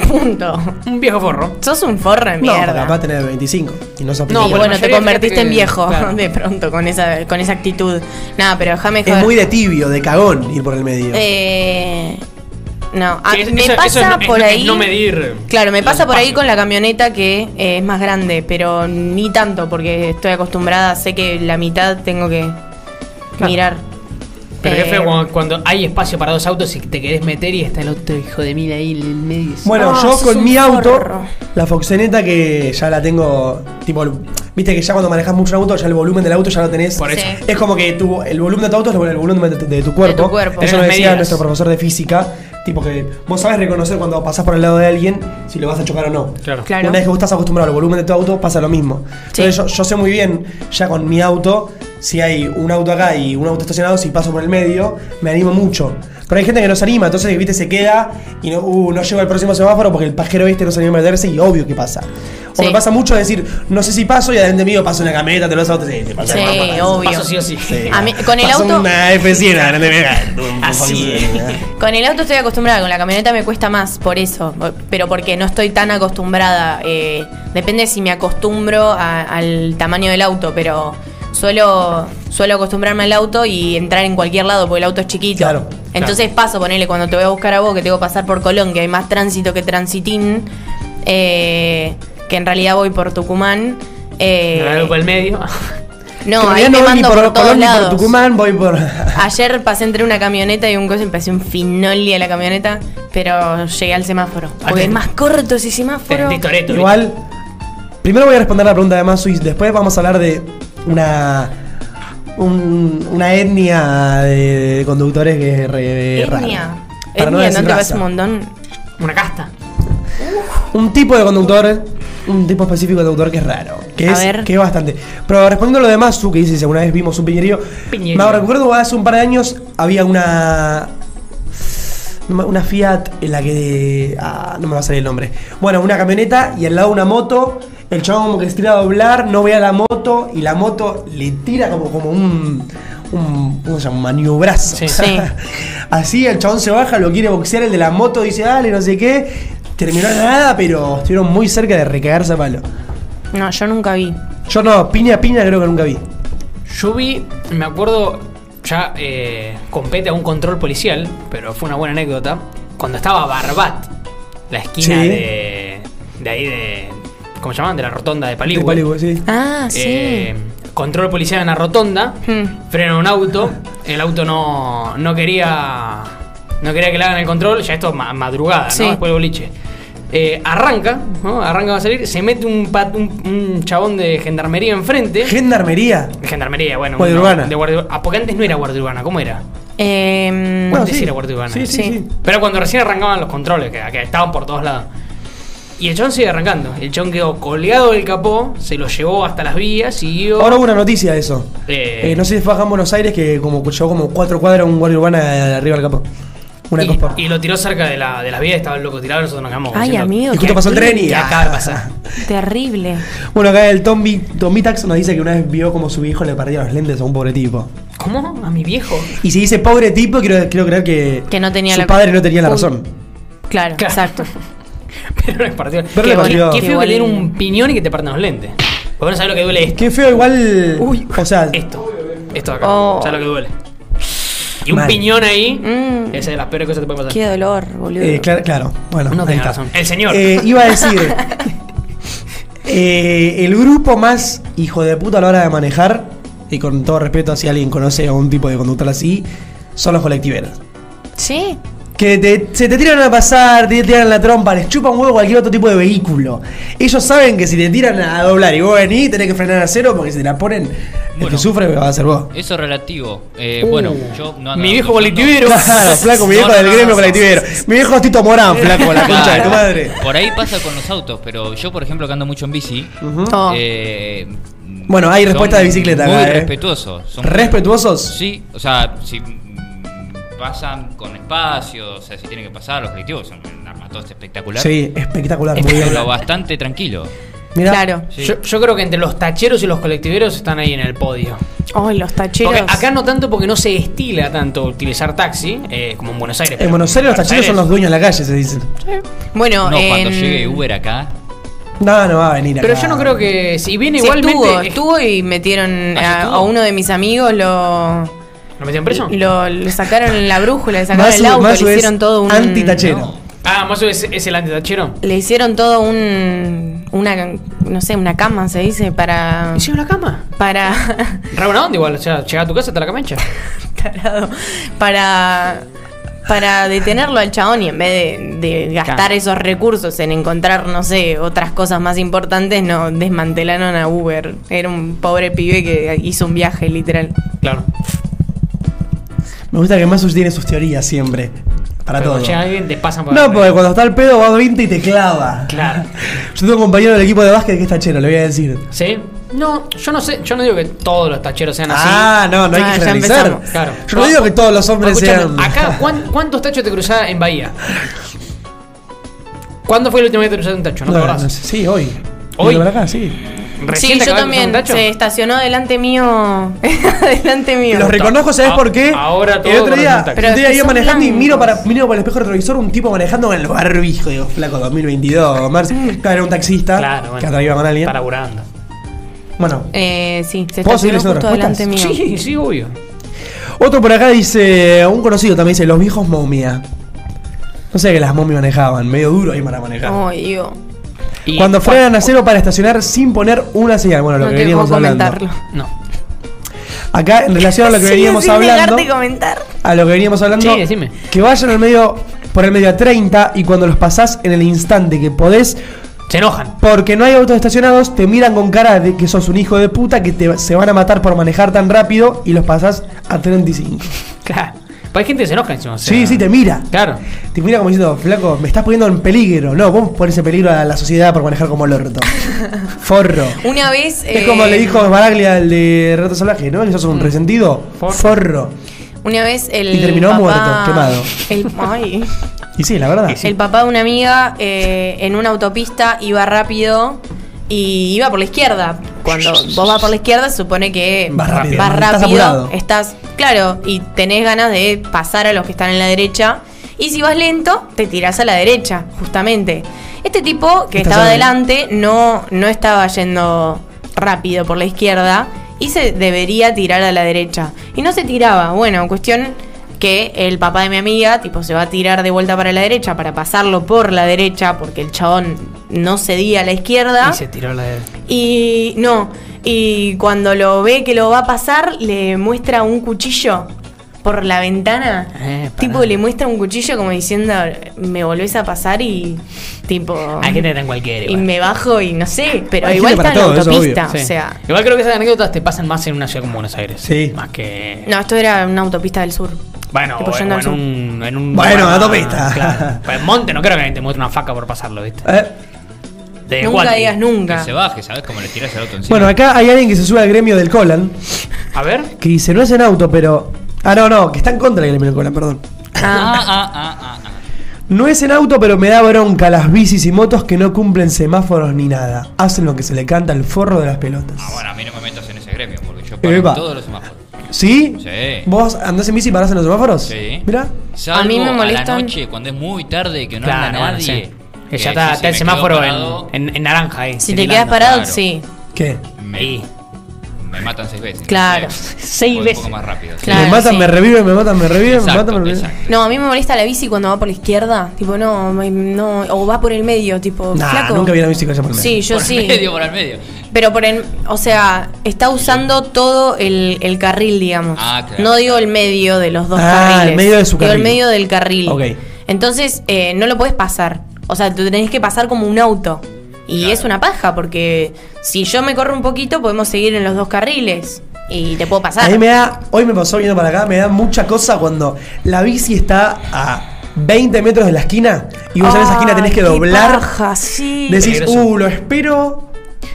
S2: Punto.
S4: Un viejo forro.
S2: Sos un forro de
S1: No, porque
S2: mierda.
S1: capaz tenés 25 y no sos
S4: No,
S1: principiante.
S2: y
S4: porque la
S2: bueno, te
S4: mayoría,
S2: convertiste
S4: fíjate
S2: en
S4: que-
S2: viejo
S4: claro.
S2: de pronto con esa, con esa actitud. Nada, pero déjame joder.
S1: Es muy de tibio, de cagón ir por el medio.
S2: Eh, no, a-
S4: Sí, es-
S2: me
S4: eso- eso
S2: pasa
S4: es no- es
S2: por
S4: no- es
S2: ahí.
S4: no medir
S2: Claro, me
S4: los
S2: pasa por ahí
S4: espacios.
S2: con la camioneta que eh, es más grande, pero ni tanto porque estoy acostumbrada, sé que la mitad tengo que mirar.
S4: Pero qué
S2: Eh,
S4: feo cuando, cuando hay espacio para dos autos y te querés meter y está el otro hijo de mil ahí en el medio.
S1: Bueno,
S2: Ah,
S1: yo
S2: sos
S1: con
S2: un
S1: mi auto,
S2: forro.
S1: la Foxeneta que ya la tengo, tipo, viste que ya cuando manejas mucho auto, ya el volumen del auto ya lo tenés.
S4: Por
S2: eso. Sí.
S1: Es como que tu, el volumen de tu auto es el volumen de, tu- de tu cuerpo.
S2: tu cuerpo.
S1: Eso
S4: Tenés
S1: lo decía
S4: medidas.
S1: nuestro profesor de física, tipo que vos sabes reconocer cuando pasás por el lado de alguien si lo vas a chocar o no.
S4: Claro.
S2: Claro.
S1: Una vez que vos estás acostumbrado al volumen de tu auto, pasa lo mismo.
S2: Sí.
S1: Entonces yo, yo sé muy bien, ya con mi auto, si hay un auto acá y un auto estacionado, si paso por el medio, me animo mucho. Pero hay gente que no se anima, entonces viste, se queda y no, uh, no llego al próximo semáforo porque el pajero este no se anima a meterse y obvio que pasa. O
S2: Sí.
S1: me pasa mucho decir, no sé si paso y adelante mío paso una cameta, te lo autos. Sí, te pasa
S2: Sí,
S1: una camioneta.
S2: obvio.
S4: Paso sí o sí.
S1: Sí.
S2: A mí- con el
S1: Paso
S2: auto-
S1: Una F100 adelante mío.
S4: Así.
S1: eh.
S2: Con el auto estoy acostumbrada, con la camioneta me cuesta más, por eso. Pero porque no estoy tan acostumbrada. eh, depende si me acostumbro a- al tamaño del auto, pero suelo, suelo acostumbrarme al auto y entrar en cualquier lado porque el auto es chiquito.
S1: Claro,
S2: Entonces paso, ponele, cuando te voy a buscar a vos, que tengo que pasar por Colón, que hay más tránsito que transitín, eh, que en realidad voy por Tucumán. eh,
S4: Me hago por el medio.
S1: En
S2: no, ahí
S1: realidad
S2: te
S1: no voy ni
S2: mando
S1: por
S2: por, todos
S1: Colón ni por
S2: lados.
S1: Tucumán, voy por...
S2: Ayer pasé entre una camioneta y un coche y me pareció un finoli a la camioneta, pero llegué al semáforo. Porque
S4: Atento.
S2: es más corto ese semáforo.
S4: Tendí Toreto.
S1: Igual, primero voy a responder la pregunta de Masu y después vamos a hablar de una un- una etnia de, de conductores que es re-
S2: Etnia.
S1: rara. Eh, Para
S2: Etnia,
S1: no
S2: ¿no,
S1: decir
S2: te
S1: raza.
S2: parece un montón?
S4: Una casta.
S1: Un tipo de conductor, un tipo específico de conductor que es raro. Que
S2: A
S1: es,
S2: ver.
S1: que es bastante. Pero respondiendo a lo de Masu, que dice si alguna vez vimos un piñerío.
S4: Piñerío.
S1: Me recuerdo hace un par de años había una. Una Fiat en la que. ah, no me va a salir el nombre. Bueno, una camioneta y al lado una moto. El chabón como que se tira a doblar, no ve a la moto y la moto le tira como, como un. Un, ¿Cómo se llama? Un maniobrazo.
S4: Sí.
S2: Sí.
S1: Así el chabón se baja, lo quiere boxear, el de la moto dice, dale, no sé qué. Terminó en nada, pero estuvieron muy cerca de recagarse a palo.
S2: No, yo nunca vi.
S1: Yo no, piña piña creo que nunca vi.
S4: Yo vi, me acuerdo, ya eh, compete a un control policial, pero fue una buena anécdota. Cuando estaba Barbat, la esquina
S1: Sí.
S4: de. de ahí de. ¿Cómo se llamaban? De la rotonda de Paligüe.
S1: De Paligüe, sí.
S2: Ah, sí.
S4: Eh, control policial en la rotonda,
S2: Hmm.
S4: frena un auto, el auto no, no quería no quería que le hagan el control, ya esto es ma- madrugada,
S2: Sí.
S4: ¿no? Después del boliche. Eh, arranca, ¿no? Arranca va a salir, se mete un, pat- un, un chabón de gendarmería enfrente.
S1: Gendarmería.
S4: de gendarmería, bueno.
S1: Guardia
S4: uno
S1: urbana.
S4: De guardia- ah, porque antes no era guardia urbana, ¿cómo era?
S2: Em,
S1: Bueno,
S4: antes
S1: sí.
S4: era guardia urbana.
S1: Sí, sí,
S2: Sí.
S1: sí.
S4: Pero cuando recién arrancaban los controles, que, que estaban por todos lados. Y el chabón sigue arrancando. El chabón quedó colgado del capó, se lo llevó hasta las vías, siguió.
S1: Ahora hubo una noticia de eso.
S4: Eh.
S1: Eh, no sé si fue acá en Buenos Aires que como llegó como cuatro cuadras un guardia urbana de arriba del capó. Una
S4: y,
S1: cospa.
S4: y lo tiró cerca de, la, de las vías, estaba el loco tirado, nosotros nos quedamos.
S2: Ay,
S4: diciendo,
S2: amigo,
S1: Y justo pasó el tren y.
S4: ¿Qué acaba de pasar?
S2: Terrible.
S1: Bueno, acá el Tombi, Tomitax nos dice que una vez vio como su viejo le perdía los lentes a un pobre tipo.
S4: ¿Cómo? ¿A mi viejo?
S1: Y si dice pobre tipo, quiero, quiero creer que,
S2: Que no tenía
S1: su
S2: la-
S1: padre no tenía la
S2: Uy.
S1: razón.
S2: Claro,
S4: Claro.
S2: exacto.
S4: Pero no es partido.
S1: Verle
S4: Qué
S1: partido.
S4: bol- Qué
S2: Qué
S4: feo que le den
S2: bol-
S4: un piñón y que te partan los lentes. Porque no sabes lo que duele esto.
S1: Qué feo igual.
S4: Uy,
S1: o sea,
S4: Esto. Esto de acá.
S2: Oh.
S4: ¿Sabes lo que duele? Y un
S1: Mal.
S4: piñón ahí,
S2: Mm.
S4: esa es de las peores cosas que te pueden pasar.
S2: Qué dolor, boludo.
S1: eh, claro, claro. Bueno,
S4: No
S1: ahí
S4: tenía
S1: está.
S4: razón. El señor.
S1: Eh, iba a decir. eh, el grupo más hijo de puta a la hora de manejar, y con todo respeto, si alguien conoce a un tipo de conductor así, son los colectiveros.
S2: Sí.
S1: Que te- se te tiran a pasar, te tiran la trompa, les chupa un huevo cualquier otro tipo de vehículo. Ellos saben que si te tiran a doblar y vos venís, tenés que frenar a cero porque si te la ponen, el que
S3: Bueno.
S1: sufre va a ser vos.
S3: Eso es relativo.
S1: Uh.
S3: Eh, bueno, yo no ando
S4: mi viejo
S3: conduciendo.
S4: colectivero.
S1: Claro, flaco, mi
S3: No,
S1: viejo
S3: no,
S1: del
S3: no,
S1: gremio
S3: no,
S1: colectivero. Mi viejo es Tito Morán, flaco, la
S3: Claro.
S1: concha de tu madre.
S3: Por ahí pasa con los autos, pero yo, por ejemplo, que ando mucho en bici.
S2: Oh.
S3: eh,
S1: Bueno, hay
S3: son
S1: respuesta de bicicleta
S3: Muy
S1: acá, eh.
S3: respetuosos. son muy-
S1: ¿Respetuosos?
S3: Sí, o sea, si mm, pasan con espacio, o sea, si tienen que pasar, los colectivos son un armatoste espectacular.
S1: Sí, espectacular, muy bien.
S3: Pero bastante tranquilo.
S1: Mirá.
S2: Claro.
S3: Sí.
S4: Yo, yo creo que entre los tacheros y los colectiveros están ahí en el podio.
S2: Ay, Oh, los tacheros.
S4: Porque acá no tanto porque no se estila tanto utilizar taxi, eh, como en Buenos Aires.
S1: En Buenos Aires los tacheros son los dueños de la calle, se dicen.
S2: Bueno, em,
S3: No, cuando
S2: en-
S3: llegue Uber acá.
S1: No, no va a venir acá.
S4: Pero yo no creo que. Si viene
S2: Sí,
S4: igualmente.
S2: estuvo,
S4: eh,
S2: estuvo y metieron
S3: Ah,
S2: a,
S3: estuvo.
S2: a uno de mis amigos, lo,
S4: ¿Lo metieron preso?
S2: lo, le sacaron la brújula, le sacaron
S1: Masu-
S2: el auto,
S1: Masu
S2: le
S1: es
S2: hicieron todo un...
S1: Anti-tachero.
S3: No.
S4: Ah, Mazo es, es el antitachero.
S2: Le hicieron todo un... Una, no sé, una cama, se dice, para...
S4: ¿Hicieron la cama?
S2: Para...
S4: Re buena onda igual, o sea, llega a tu casa, te la camancha.
S2: tarado, para para detenerlo al chabón y en vez de, de gastar
S4: Claro.
S2: esos recursos en encontrar, no sé, otras cosas más importantes, no desmantelaron a Uber. Era un pobre pibe que hizo un viaje, literal.
S4: Claro.
S1: Me gusta que Masus tiene sus teorías siempre. Para
S4: Pero
S1: todo.
S4: Cuando llega alguien, te pasan por
S1: No, porque cuando está el pedo va 20 y te clava.
S4: Claro.
S1: Yo tengo un compañero del equipo de básquet que es tachero, le voy a decir.
S4: ¿Sí? No, yo no sé, yo no digo que todos los tacheros sean así.
S1: Ah, no, no hay
S2: Ah,
S1: que
S2: ya
S1: generalizar.
S2: empezamos.
S4: Claro.
S1: Yo no digo que todos los hombres
S4: Escuchame,
S1: sean.
S4: Acá, ¿cuán- ¿cuántos tachos te cruzás en Bahía? ¿Cuándo fue la última vez que te cruzaste un tacho? ¿No,
S1: No,
S4: te acordás?
S1: no sé, sí, hoy.
S4: Hoy.
S1: Vino para acá, sí.
S4: ¿Recién te
S2: sí, yo
S4: acabas de cruzar un
S2: también.
S4: tacho?
S2: Se estacionó delante mío. delante mío.
S1: Los reconozco, ¿sabes
S4: Ah,
S1: por qué?
S4: ahora todo
S1: el otro
S4: con
S1: día,
S4: los
S1: el otro día
S2: Pero
S1: iba
S2: son
S1: manejando y miro para,
S2: blancos.
S1: miro por el espejo retrovisor un tipo manejando con el barbijo. Digo, flaco, 2022, Mars.
S2: Mm.
S1: Claro, era un taxista
S4: Claro,
S1: que
S4: bueno.
S1: atrás iba con alguien.
S4: Está laburando.
S1: Bueno,
S2: Eh, sí, se
S1: ¿Puedo seguir
S2: estacionó
S1: leyendo respuestas?
S2: justo delante mío.
S4: Sí, sí, obvio.
S1: otro por acá dice, un conocido también dice, los viejos momia. No sé que las momias manejaban, medio duro ahí para manejar.
S2: Ay, Dios.
S4: Y-
S1: Cuando frenan a cero para estacionar sin poner una señal. Bueno, lo
S2: No
S1: que
S2: te puedo
S1: veníamos hablando.
S2: comentarlo.
S4: No.
S1: Acá, en relación a lo que
S2: Sí,
S1: veníamos
S2: sin
S1: hablando.
S2: dejarte comentar.
S1: A lo que veníamos hablando.
S4: Sí, decime.
S1: Que vayan al medio, por el medio a 30 y cuando los pasás en el instante que podés,
S4: Se enojan.
S1: porque no hay autos estacionados, te miran con cara de que sos un hijo de puta, que te, se van a matar por manejar tan rápido y los pasás a 35.
S4: Claro. Pero Pues hay gente que se enoja encima. o sea,
S1: Sí, sí, te mira.
S4: Claro.
S1: Te mira como diciendo, flaco, me estás poniendo en peligro. No, vos pones en peligro a la sociedad por manejar como el orto. Forro.
S2: Una vez.
S1: Es
S2: eh,
S1: como le dijo Baraglia al de Rato Salvaje, ¿no? Que sos un resentido.
S4: Forro.
S1: Forro.
S2: Una vez el.
S1: Y terminó
S2: papá-
S1: muerto, quemado.
S2: El, ay.
S1: Y sí, la verdad.
S2: El papá de una amiga eh, en una autopista iba rápido y iba por la izquierda. Cuando vos vas por la izquierda, se supone que
S1: Vas rápido,
S2: vas
S1: estás
S2: rápido,
S1: apurado.
S2: estás- claro, y tenés ganas de pasar a los que están en la derecha. Y si vas lento, te tirás a la derecha, justamente. Este tipo que
S1: Estás
S2: estaba
S1: ahí.
S2: adelante no, no estaba yendo rápido por la izquierda y se debería tirar a la derecha. Y no se tiraba. Bueno, cuestión que el papá de mi amiga, tipo, se va a tirar de vuelta para la derecha para pasarlo por la derecha porque el chabón no cedía a la izquierda.
S4: Y se tiró la de.
S2: Y no, y cuando lo ve que lo va a pasar, le muestra un cuchillo por la ventana.
S4: Eh, pará.
S2: tipo, le muestra un cuchillo como diciendo, me volvés a pasar y tipo...
S4: Hay gente que está en cualquiera.
S2: y
S4: igual.
S2: me bajo y no sé, pero
S1: Hay
S2: igual
S1: gente
S2: está en
S1: para
S2: la
S1: todo, eso es
S2: autopista,
S4: Sí.
S2: o sea...
S4: Igual creo que esas anécdotas te pasan más en una ciudad como Buenos Aires.
S1: Sí.
S4: Más que.
S2: No, esto era una autopista del sur.
S4: Bueno,
S2: Tipo
S4: o- o
S2: yendo al
S4: en,
S2: sur.
S4: un, en un.
S1: Bueno,
S4: lugar
S1: a
S4: más-
S1: autopista.
S4: Claro. Pero en Monte no creo que alguien te muestre una faca por pasarlo, ¿viste?
S1: Eh,
S4: De
S2: nunca
S4: Juan.
S2: digas
S3: eh, Que
S2: nunca.
S3: se baje, ¿sabes? Como le tiras el auto encima.
S1: bueno, acá hay alguien que se sube al gremio del Colan,
S4: A ver.
S1: que dice, no es en auto, pero... Ah, no, no, que está en contra del gremio del Colan, perdón.
S2: Ah.
S3: Ah, ah, ah, ah, ah.
S1: No es en auto, pero me da bronca las bicis y motos que no cumplen semáforos ni nada. Hacen lo que se le canta el forro de las pelotas.
S3: Ah, bueno, a mí no me metas en ese gremio porque yo paro en
S1: Epa.
S3: todos los semáforos.
S1: ¿Sí?
S3: Sí.
S1: ¿Vos andás en bici y parás en los semáforos?
S3: Sí.
S1: Mirá.
S3: Salvo
S2: A mí me
S3: A
S2: molestan-
S3: la noche, cuando es muy tarde, que no
S4: claro,
S3: anda
S4: bueno,
S3: nadie.
S4: sí. Que ya está,
S3: sí,
S4: está el
S3: me
S4: semáforo
S3: quedo
S4: en,
S3: parado,
S4: en- en naranja ahí.
S2: Si te quedas parado,
S3: claro.
S2: sí.
S1: ¿Qué?
S3: Me,
S4: Ahí.
S3: me matan seis veces.
S2: Claro.
S3: Entonces,
S4: Seis
S3: voy
S4: veces.
S3: Un poco más rápido. sí.
S2: Claro,
S1: me matan,
S2: sí.
S1: me reviven, me matan, me reviven, me
S3: Exacto,
S1: matan, me reviven.
S3: exacto.
S2: No, a mí me molesta la bici cuando va por la izquierda. Tipo, no, me- no. O va por el medio, tipo,
S1: Nah,
S2: flaco.
S1: nunca vi una bici que vaya por el medio.
S2: Sí, yo
S3: por
S2: sí.
S3: el medio, por el medio.
S2: Pero por el. O sea, está usando todo el, el carril, digamos.
S3: Ah, claro.
S2: No digo el medio de los dos
S1: Ah,
S2: carriles.
S1: el medio de su
S2: Digo
S1: carril.
S2: el medio del carril.
S1: Ok.
S2: Entonces, eh, no lo puedes pasar. O sea, tú tenés que pasar como un auto. Y
S3: Claro.
S2: es una paja, porque si yo me corro un poquito, podemos seguir en los dos carriles. Y te puedo pasar.
S1: A mí me da, hoy me pasó viendo para acá, me da mucha cosa cuando la bici está a 20 metros de la esquina y vos en esa esquina tenés que
S2: Ay, qué
S1: doblar.
S2: paja, sí.
S1: Decís,
S4: Peligroso.
S1: uh, lo espero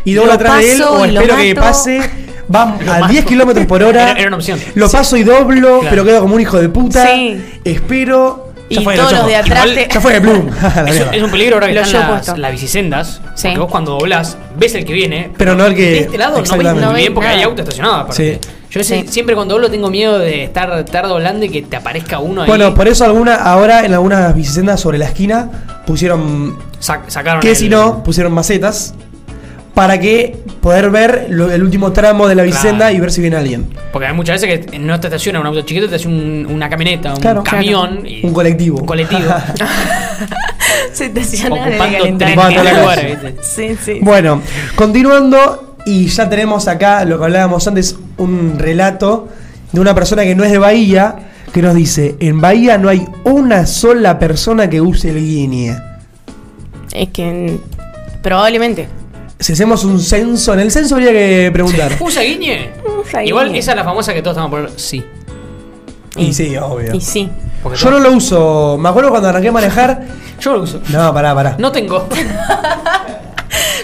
S1: y
S2: Lo
S1: doblo atrás de él
S2: paso
S1: o
S2: y lo
S1: espero que
S2: mato.
S1: pase. Va
S4: Lo
S1: a
S4: mato.
S1: 10 kilómetros por hora.
S4: Era- era una opción.
S1: Lo
S4: Sí.
S1: paso y doblo,
S4: Claro.
S1: pero quedo como un hijo de puta.
S2: Sí.
S1: Espero. Ya
S2: y
S1: fue, lo
S2: todos los
S1: choco.
S2: de atrás.
S4: Igual-
S2: te-
S1: Ya fue de Bloom. La
S4: Es,
S1: mierda.
S4: un- es un peligro ahora que
S2: Lo
S4: están
S2: yo
S4: las,
S2: puesto.
S4: las bicisendas.
S2: Sí.
S4: Porque vos cuando doblás, ves el que viene.
S1: Pero no el que-
S4: De este lado no ves
S1: exactamente.
S4: muy bien
S2: No
S4: porque
S2: ves
S4: hay
S2: nada.
S4: auto estacionado aparte.
S1: Sí.
S4: Yo sé-
S2: Sí.
S4: siempre cuando doblo tengo miedo de estar, estar doblando y que te aparezca uno ahí.
S1: Bueno, por eso alguna, ahora en algunas bicisendas sobre la esquina pusieron
S4: Sac-
S2: Ah,
S4: sacaron
S1: que
S4: el-
S1: si no, pusieron macetas para que poder ver lo- el último tramo de la bicicenda
S4: Claro.
S1: y ver si viene alguien.
S4: Porque hay muchas veces que no te estaciona un auto chiquito, te hace un- una camioneta, un
S1: Claro.
S4: camión. y-
S1: Un colectivo.
S4: Un colectivo.
S2: Se estacionan en el
S4: ocupando
S2: calendario.
S4: tres
S1: Ocupando la
S4: lugares,
S1: calle.
S4: ¿viste?
S2: Sí, sí.
S1: Bueno, continuando, y ya tenemos acá lo que hablábamos antes, un relato de una persona que no es de Bahía, que nos dice, en Bahía no hay una sola persona que use el guinea.
S2: Es que mm, probablemente.
S1: Si hacemos un censo, en el censo habría que preguntar.
S4: ¿Usa guiñe?
S2: Usa guiñe.
S4: Igual esa es la famosa que todos estamos por. Sí.
S1: Y sí, obvio.
S2: Y sí.
S4: Porque
S1: Yo no lo uso, me acuerdo cuando arranqué a manejar.
S4: yo lo uso.
S1: No, pará, pará.
S4: No tengo.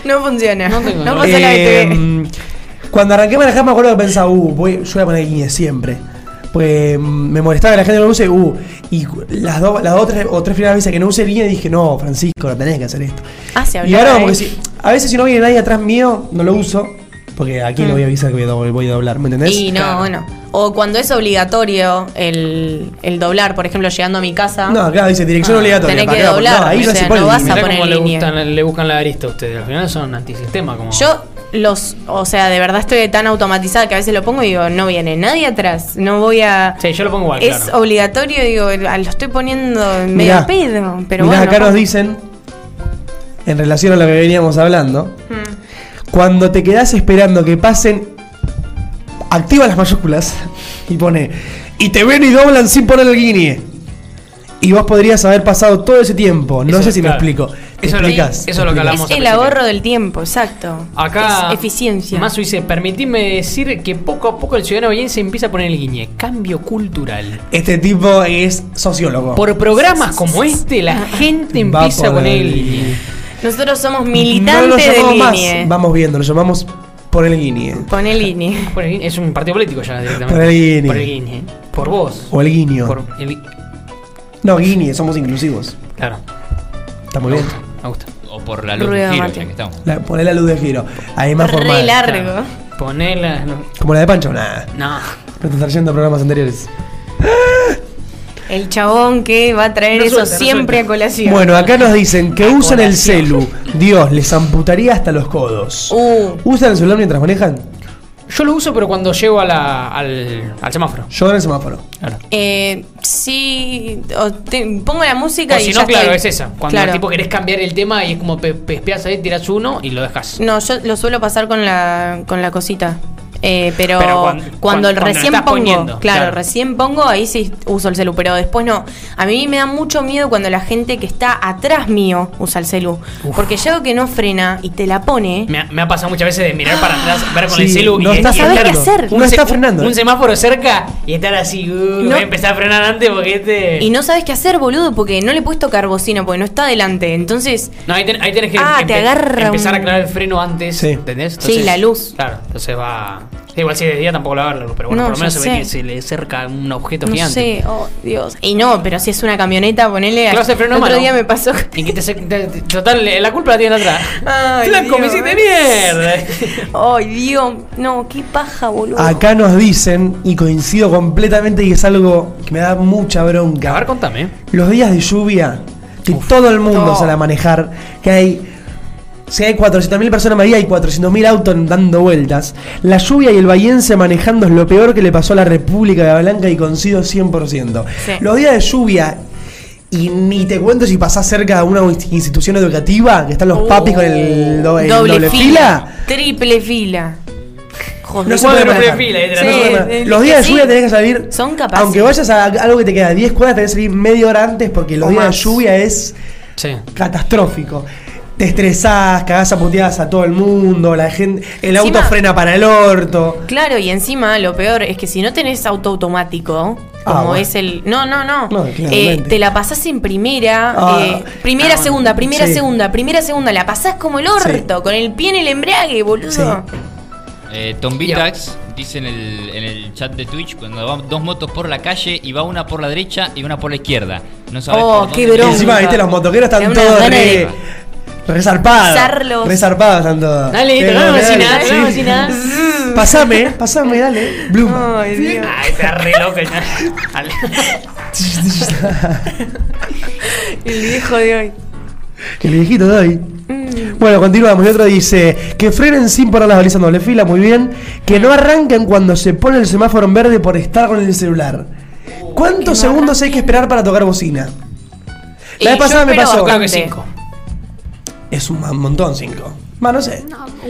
S2: No funciona. No,
S4: No
S2: no
S4: tengo nada.
S2: pasa la
S1: Eh,
S2: BTV.
S1: cuando arranqué a manejar me acuerdo que pensaba, uh, voy, yo voy a poner guiñe siempre. Pues mm, me molestaba que la gente no lo use, uh, y cu- las dos las dos tres, o tres primeras veces que no usé guiñe dije, no, Francisco, no tenés que hacer esto.
S2: Ah, se
S1: Y
S2: hablaba
S1: ahora
S2: de
S1: como que
S2: eso.
S1: si, a veces si no viene nadie atrás mío, no lo uso, porque aquí le voy a avisar que voy a, do- voy a doblar, ¿me entendés?
S2: Mm. Y no, bueno. O cuando es obligatorio el, el doblar, por ejemplo, llegando a mi casa.
S1: No, claro, dice dirección
S4: Ah,
S1: obligatoria.
S2: tenés
S1: ¿para
S2: que
S1: qué va a poner?
S2: doblar,
S1: No, ahí
S2: o
S1: ya
S2: sea,
S1: se pone
S2: no
S1: el
S2: vas a
S1: guiñe.
S4: Mirá
S2: poner
S4: cómo le,
S2: línea.
S4: gustan, le buscan la arista a ustedes. Al final son antisistema. Como...
S2: Yo los, o sea, de verdad estoy tan automatizada que a veces lo pongo y digo, no viene nadie atrás, no voy a...
S4: Sí, yo lo pongo igual.
S2: es
S4: claro.
S2: obligatorio, digo, "Ah, lo estoy poniendo en medio
S1: Mirá,
S2: a pedo, pero
S1: mirá,
S2: bueno.
S1: acá nos
S2: pasa.
S1: dicen, en relación a lo que veníamos hablando,
S2: Mm.
S1: cuando te quedás esperando que pasen, activa las mayúsculas y pone, y te ven y doblan sin poner el guinea. Y vos podrías haber pasado todo ese tiempo. No
S4: Eso,
S1: sé si
S4: claro.
S1: me explico. ¿Te
S4: Eso es lo-
S1: explicas?
S4: eso es lo
S1: ¿Te
S4: que
S1: explicas?
S4: hablamos.
S2: Es el
S4: al
S2: ahorro
S4: principio.
S2: del tiempo, exacto.
S4: Acá.
S2: Es eficiencia.
S4: Mazo dice: Permitime decir que poco a poco el ciudadano bien se empieza a poner el guiñe. Cambio cultural.
S1: Este tipo es sociólogo.
S4: Por programas como este,
S2: Ah.
S4: la gente
S1: Va
S4: empieza a
S1: por
S4: poner
S1: el
S4: el guiñe.
S1: guiñe.
S2: Nosotros somos
S1: no lo
S2: militantes de
S1: llamamos más.
S2: línea.
S1: Vamos viendo, lo llamamos por el guinea.
S2: Pone línea.
S4: Por el guiñe. Es un partido político ya directamente.
S1: Por el guiñe.
S4: Por el guiñe. ¿eh? Por vos.
S1: O el guiño.
S4: Por el-
S1: No, guinea, somos inclusivos.
S4: Claro,
S1: Está muy bien.
S4: me gusta.
S3: O por la luz
S2: Ruido
S3: de
S2: de
S3: giro,
S2: mate.
S3: ya que estamos.
S1: La, poné la luz de giro. Ahí más
S2: Re
S1: formal.
S2: largo.
S4: Claro. Ponela. No.
S1: Como la de Pancho, nada.
S4: no.
S1: No te trayendo programas anteriores.
S2: El chabón que va a traer
S4: No
S2: eso
S4: suelta, no
S2: siempre
S4: suelta.
S2: a colación.
S1: Bueno, acá nos dicen que
S4: A
S1: usan el
S4: colación.
S1: celu. Dios, les amputaría hasta los codos.
S2: Uh,
S1: ¿Usan el celular mientras manejan?
S4: Yo lo uso, pero cuando llego a la- al, al semáforo.
S1: Yo en el semáforo.
S4: Claro.
S2: eh, sí, o te- pongo la música
S4: O
S2: y
S4: si
S2: ya
S4: no, claro,
S2: estoy.
S4: es esa. Cuando
S2: Claro.
S4: tipo querés cambiar el tema y es como pe- pespeas ahí, tiras uno y lo dejas.
S2: No, yo lo suelo pasar con la, con la cosita. Eh, pero,
S4: Pero cuan-
S2: cuando,
S4: cuan- cuando lo
S2: recién
S4: estás
S2: pongo,
S4: poniendo,
S2: claro,
S4: claro.
S2: recién pongo, ahí sí uso el celu, pero después no. A mí me da mucho miedo cuando la gente que está atrás mío usa el celu. Porque yo que no frena y te la pone,
S4: Me ha, me ha pasado muchas veces de mirar para atrás, ver con el
S1: Sí,
S4: celu
S1: no
S4: y,
S1: estás
S4: y estar-
S2: frenando. Sabés qué hacer.
S4: un
S1: No
S4: se-
S1: estás frenando.
S4: Un semáforo cerca y estar así. uh,
S2: No.
S4: Voy a empezar a frenar antes porque este.
S2: y no sabes qué hacer, boludo, porque no le puedes tocar bocina, porque no está adelante. Entonces,
S4: No, ahí, ten- ahí tenés que
S2: Ah, te agarra
S4: empezar
S2: un-
S4: a aclarar el freno antes.
S1: Sí.
S4: ¿Entendés?
S2: Sí, la luz.
S4: Claro, entonces va. sí, igual si es de día tampoco la va a ver la luz, pero bueno,
S2: No,
S4: por lo menos
S2: ya
S4: se ve
S2: sé.
S4: que se le cerca un objeto
S2: no
S4: gigante.
S2: sé, oh Dios. Y no, pero si es una camioneta, ponele.
S4: Claro, se frenó
S2: otro
S4: mano.
S2: día me pasó.
S4: Y que te, se- te- te- Total, la culpa la tienen atrás.
S2: Ay,
S4: ¡Flaco, me
S2: Dios.
S4: hiciste mierda!
S2: Ay, Dios. No, qué paja, boludo.
S1: Acá nos dicen, y coincido completamente y es algo que me da mucha bronca.
S4: A ver, contame.
S1: Los días de lluvia, que todo el mundo
S2: No.
S1: sale a manejar, que hay. Si hay 400.000 personas en Bahía, hay 400.000 autos dando vueltas. La lluvia y el bahiense manejando es lo peor que le pasó a la República de Blanca y coincido 100%.
S2: Sí.
S1: Los días de lluvia, y ni te cuento si pasás cerca de una inst- institución educativa, que están
S2: Uh,
S1: los papis con el, do- el doble, fila.
S2: Triple fila. Joder.
S1: No se
S4: Cuadro
S1: puede manejar.
S4: fila, ahí
S1: No
S4: tenés.
S1: se puede
S2: Sí,
S1: manejar.
S2: es
S1: Los días
S2: que
S1: de lluvia
S2: sí.
S1: tenés que salir.
S2: Son capaces.
S1: Aunque vayas a algo que te queda 10 cuadras, tenés que salir media hora antes porque los
S2: O
S1: días
S2: más.
S1: de lluvia es
S4: Sí.
S1: catastrófico. Te estresás, cagás a puteadas a todo el mundo, la gente, el auto
S2: Encima-
S1: frena para el orto.
S2: Claro, y encima lo peor es que si no tenés auto automático,
S1: Ah,
S2: como
S1: bueno.
S2: es el. No, no, no.
S1: No,
S2: Eh,
S1: claramente.
S2: te la pasás en primera,
S1: Ah.
S2: eh, primera,
S4: Ah,
S2: segunda, primera,
S1: sí.
S2: segunda, primera, segunda. La pasás como el orto, con el pie en el embrague, boludo.
S1: Sí.
S3: Eh, Tom Vitax dice en el, en el chat de Twitch cuando van dos motos por la calle y va una por la derecha y una por la izquierda. No sabes
S2: Oh,
S3: por
S2: qué
S3: dónde
S2: bronca.
S3: empieza.
S1: Encima, viste, los motoqueros
S2: Me
S1: están
S2: da una
S1: todos
S2: gana
S1: re,
S2: de
S1: re zarpados.
S2: pisarlos.
S1: Re zarpados están todos.
S4: Dale,
S1: Tengo
S4: tocame
S1: que-
S4: bocina,
S1: sí.
S4: tocame bocina.
S1: Pasame, pasame, dale. Bluma.
S2: Ay, Dios.
S4: Ay, está re loco. ya. Al-
S2: El viejo de hoy.
S1: El viejito de hoy.
S2: Mm.
S1: Bueno, continuamos. Y otro dice: Que frenen sin parar las balizas en doble fila, muy bien. Que no arranquen cuando se pone el semáforo en verde por estar con el celular. ¿Cuántos segundos hay que esperar para tocar bocina?
S2: Y
S1: La vez
S2: yo
S1: pasada me
S2: espero
S1: pasó.
S4: Claro que
S2: bastante.
S4: cinco.
S1: Es un ma- montón, cinco. Va, no sé.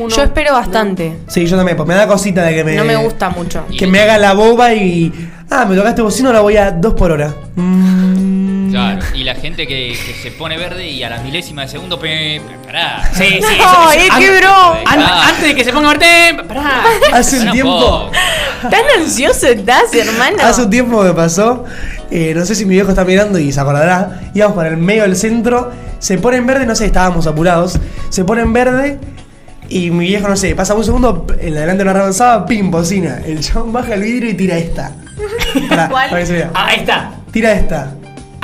S2: Yo espero bastante.
S1: Sí, yo también, porque me da cosita de que me.
S2: No me gusta mucho.
S1: Que me haga la boba y. Ah, me tocaste bocina, ahora voy a dos por hora. Mm.
S3: Claro, y la gente que, que se pone verde y a la milésima de segundo, pe, pe- pará.
S4: Sí, sí.
S2: No,
S4: sí, sí.
S2: eh,
S4: An-
S2: qué bro.
S4: an- Antes de que se ponga verte. Pará.
S1: Hace un
S3: Pará
S1: tiempo.
S3: poco.
S2: Tan ansioso estás, hermano.
S1: Hace un tiempo me pasó, eh, no sé si mi viejo está mirando y se acordará, íbamos para el medio del centro, se pone en verde, no sé, estábamos apurados, se pone en verde y mi viejo, no sé, pasa un segundo, p- en adelante de una avanzada, pim, bocina. El chabón baja el vidrio y tira esta. Pará,
S2: ¿Cuál?
S1: para que se vea.
S4: Ah, ahí está.
S1: Tira esta.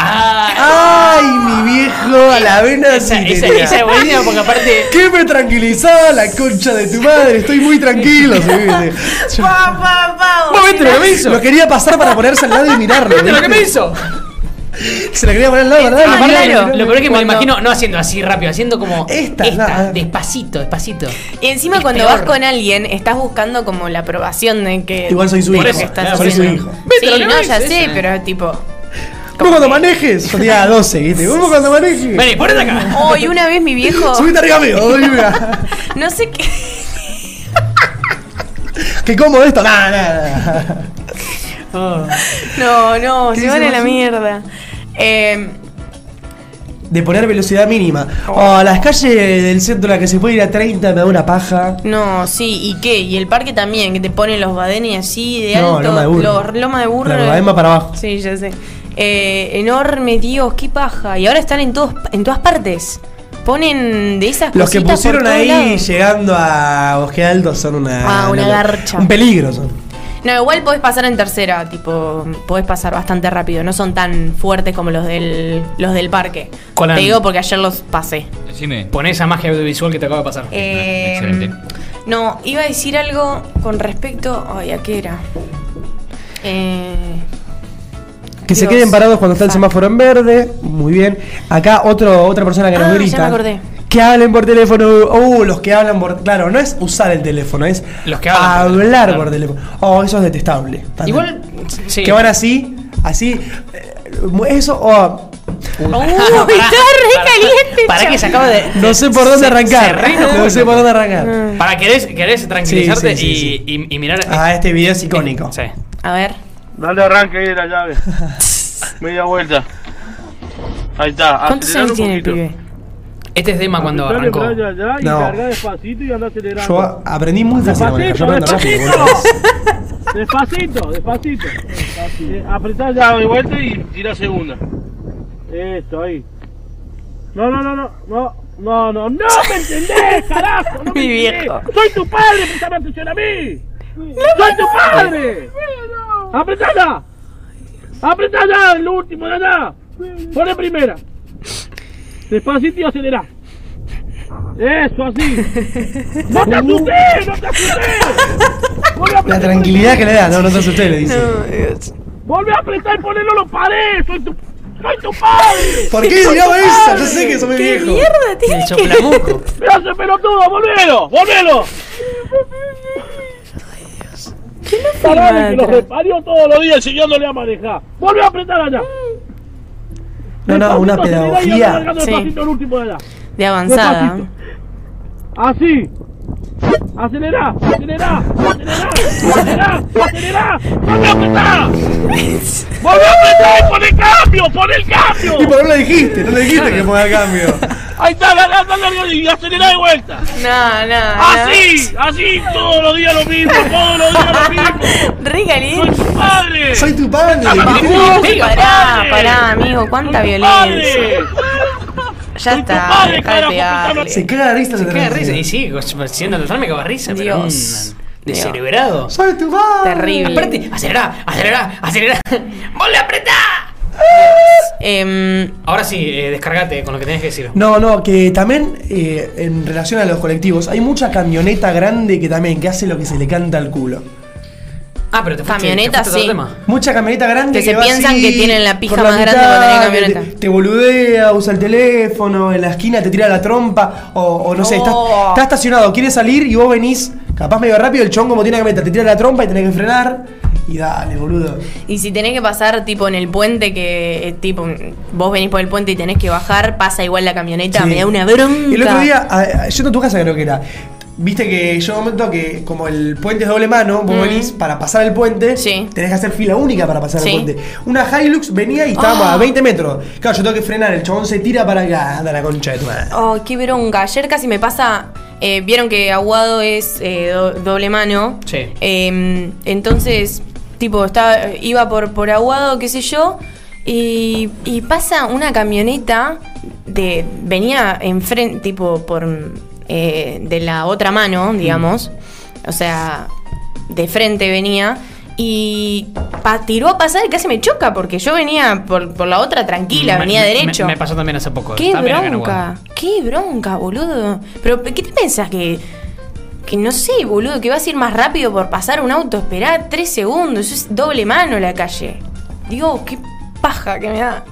S4: Ah,
S1: ¡Ay, mi viejo! A la vena
S4: esa,
S1: sí te
S4: esa,
S1: tira.
S4: esa es buenísima porque aparte.
S1: ¿Qué me tranquilizaba la concha de tu madre? Estoy muy tranquilo, se dice. Yo-
S2: Pa, pa, pa,
S4: ¡Vos viste lo que me hizo!
S1: Lo quería pasar para ponerse al lado y mirarlo.
S4: ¿Viste lo que
S1: ¿viste?
S4: me hizo?
S1: Se la quería poner al lado, ¿verdad?
S2: Ah,
S1: Lo paré,
S2: claro.
S1: mirá,
S4: Lo peor es que me lo
S2: Cuando-
S4: imagino no haciendo así rápido, haciendo como.
S1: Esta, no, ah.
S4: despacito, despacito.
S2: Y encima
S4: Es
S2: cuando
S4: peor.
S2: vas con alguien, estás buscando como la aprobación de que...
S1: Igual soy su
S2: de
S1: hijo,
S2: lo que estás
S1: claro, soy su
S2: haciendo.
S1: hijo.
S4: Vete, lo
S2: Sí,
S4: que
S2: no,
S4: me
S2: ya
S4: dices,
S2: sé,
S4: eh.
S2: pero tipo...
S1: Vos cuando manejes, yo tenía 12, ¿viste? Vos cuando manejes.
S4: Vení, ponete acá.
S2: Hoy "Oh, una vez mi viejo...
S1: Subite arriba mío, subite arriba.
S2: No sé qué...
S1: Que como esto, nada, nada. Oh.
S2: No, no,
S1: ¿Qué
S2: se van
S1: dice
S2: a la
S1: Maxi?
S2: mierda. Eh,
S1: De poner velocidad mínima. Oh, las calles del centro en las que se puede ir a 30 me da una paja.
S2: no, sí, ¿y qué? Y el parque también, que te ponen los badenes así de
S1: No,
S2: alto.
S1: Loma de Burro.
S2: los- Loma de burro.
S1: Claro, Baden va para abajo.
S2: Sí, ya sé. Eh, enorme, Dios, qué paja. Y ahora están en, todos, en todas partes. Ponen de esas
S1: Los que
S2: cositas por
S1: pusieron
S2: todos
S1: ahí
S2: lados.
S1: llegando a Bosque Alto son una.
S2: Ah, una
S1: no, no,
S2: garcha.
S1: Un peligro son.
S2: No, igual podés pasar en tercera, tipo, podés pasar bastante rápido. No son tan fuertes como los del, los del parque.
S4: Colán.
S2: Te digo porque ayer los pasé.
S3: Decime.
S4: Pon esa magia audiovisual que te acaba de pasar.
S2: Eh,
S3: Excelente.
S2: No, iba a decir algo con respecto. Ay, ¿a qué era? Eh,
S1: Que se
S2: Dios.
S1: queden parados cuando está el
S2: Fuck.
S1: semáforo en verde. Muy bien. Acá otro, otra persona que nos
S2: Ah, ya
S1: grita.
S2: me acordé.
S1: Que hablen por teléfono. Uh, los que hablan por. Claro, no es usar el teléfono, es
S4: Los que hablan por
S1: hablar
S4: teléfono,
S1: por teléfono. Oh, eso es detestable. también.
S4: Igual. Sí.
S1: Que van así, así. eh, Eso, oh,
S2: ¡Uy, está re caliente!
S4: Para que se acaba de.
S1: no sé por dónde
S4: se- se
S1: arrancar.
S4: re enojó,
S1: No sé por
S4: loco.
S1: dónde arrancar.
S2: Ah.
S4: Para querés, querés
S1: Sí,
S4: tranquilizarte
S1: sí, sí,
S4: y, y- y mirar.
S1: Ah, este video es icónico.
S4: Sí.
S2: A ver.
S7: Dale arranque ahí de la llave. Media vuelta. Ahí está.
S2: ¿Cuántos
S7: aceleralo
S2: años
S7: un
S2: tiene el
S7: poquito.
S2: pibe?
S4: Este es Dema cuando
S7: Dale
S4: arrancó.
S7: para allá y
S1: No.
S7: carga despacito y anda acelerando.
S1: Yo aprendí muy fácil a manejar. Yo aprendo rápido.
S7: Despacito,
S1: boludo.
S7: Despacito, despacito. Eh, Apretá ya de vuelta y tira segunda. Esto, ahí. No, no, no, no, no, no, no, no me entendés, carajo. No me
S2: Mi
S7: entendés.
S2: viejo.
S7: Soy tu padre, prestame atención a mí. Soy tu padre. Apretala. Apretala, el último de allá. Pone primera. Despacito y acelerá. Eso, así. ¡No te asustes! ¡No te asustes! Volve a
S1: La
S7: apretar,
S1: tranquilidad que le da. No, no te asustes, le dice.
S7: Volve a apretar y ponerlo a los paredes. ¡Soy tu, soy tu padre!
S1: ¿Por qué diablo eso? Yo sé que soy muy
S2: ¡Qué
S1: viejo.
S2: mierda
S4: El
S2: tiene que
S4: soplamuco.
S7: ¡Me hace pelotudo! ¡Volvelo! ¡Volvelo! Parame que
S2: maestra?
S7: los reparió todos los días enseñándole a manejar. ¡Volve a apretar allá!
S1: No, no, una
S7: Despacito, acelerá y anda
S1: pedagogía.
S7: largando
S2: Sí.
S7: despacito el último de allá.
S2: De avanzada.
S7: Despacito. Así. Acelerá, acelerá, acelerá, acelerá, acelerá. ¡Volve a apretar! ¡Volve a apretar! ¡Pon el cambio! ¡Pon el cambio!
S1: Y por no le dijiste, no le dijiste que ponga el cambio.
S7: Ahí está, la larga, y acelerá de vuelta.
S2: No, no, no.
S7: Ah, Así, así, todos los días lo mismo, todos los días lo mismo.
S2: Re
S7: Soy
S2: caliente.
S7: tu padre.
S1: Soy tu padre.
S7: Vamos,
S2: Uy, Pará, pará, amigo, cuánta
S7: tu
S2: violencia.
S7: padre.
S2: Ya
S7: Soy tu
S2: está,
S7: padre,
S2: dejá de
S7: carajo,
S2: pegarle.
S1: Se caga de risa. Se
S4: Qué risa. Y sí, siendo total me cago de risa, pero.
S2: Dios.
S4: mm, Descerebrado.
S1: Soy tu padre.
S2: Terrible.
S4: Aparte, acelerá, acelerá, acelerá. ¡Vos le apretá!
S2: Em,
S4: Ahora sí, eh, descargate con lo que tenés que decir.
S1: No, no, que también eh, en relación a los colectivos, hay mucha camioneta grande que también, que hace lo que se le canta al culo.
S4: Ah, pero te fuiste,
S2: Camioneta,
S4: te fuiste a otro
S2: sí.
S4: tema.
S1: Mucha camioneta grande.
S2: Que se
S1: va
S2: piensan
S1: así,
S2: que tienen la pija
S1: por
S2: más grande cuando tienen
S1: que
S2: camioneta.
S1: Te, te boludea, usa el teléfono, en la esquina te tira la trompa, o, o no, sé, estás,
S2: No.
S1: estás estacionado, quieres salir y vos venís, capaz medio rápido, el chongo como tiene camioneta, te tira la trompa y tenés que frenar. Y dale, boludo.
S2: y si tenés que pasar tipo en el puente que eh, tipo vos venís por el puente y tenés que bajar, pasa igual la camioneta,
S1: Sí.
S2: me da una bronca.
S1: El otro día, a- a- yo en tu casa creo que era. Viste que llega un momento que, como el puente es doble mano, vos
S2: Mm.
S1: venís para pasar el puente,
S2: Sí.
S1: tenés que hacer fila única para pasar
S2: Sí. Ah.
S1: el puente. Una Hilux venía y estábamos a 20 metros. Claro, yo tengo que frenar, el chabón se tira para acá, anda la concha de tu madre.
S2: Oh, qué bronca. Ayer casi me pasa. eh, Vieron que Aguado es eh, do- doble mano.
S4: Sí.
S2: Eh, entonces, tipo, estaba, iba por, por Aguado, qué sé yo. Y, y pasa una camioneta de. venía enfrente, tipo, por. eh, de la otra
S4: Mm.
S2: mano, digamos. O sea, de frente venía. Y pa- tiró a pasar y casi me choca porque yo venía por, por la otra tranquila,
S4: Me-
S2: venía
S4: me-
S2: derecho.
S4: Me, me pasó también hace poco.
S2: ¡Qué
S4: Estaba bien acá en
S2: bronca!
S4: Aguada.
S2: ¡Qué bronca, boludo! Pero, ¿qué te pensás que.? Que no sé, boludo, que vas a ir más rápido por pasar un auto, esperá tres segundos, eso es doble mano la calle. Digo, qué paja que me da.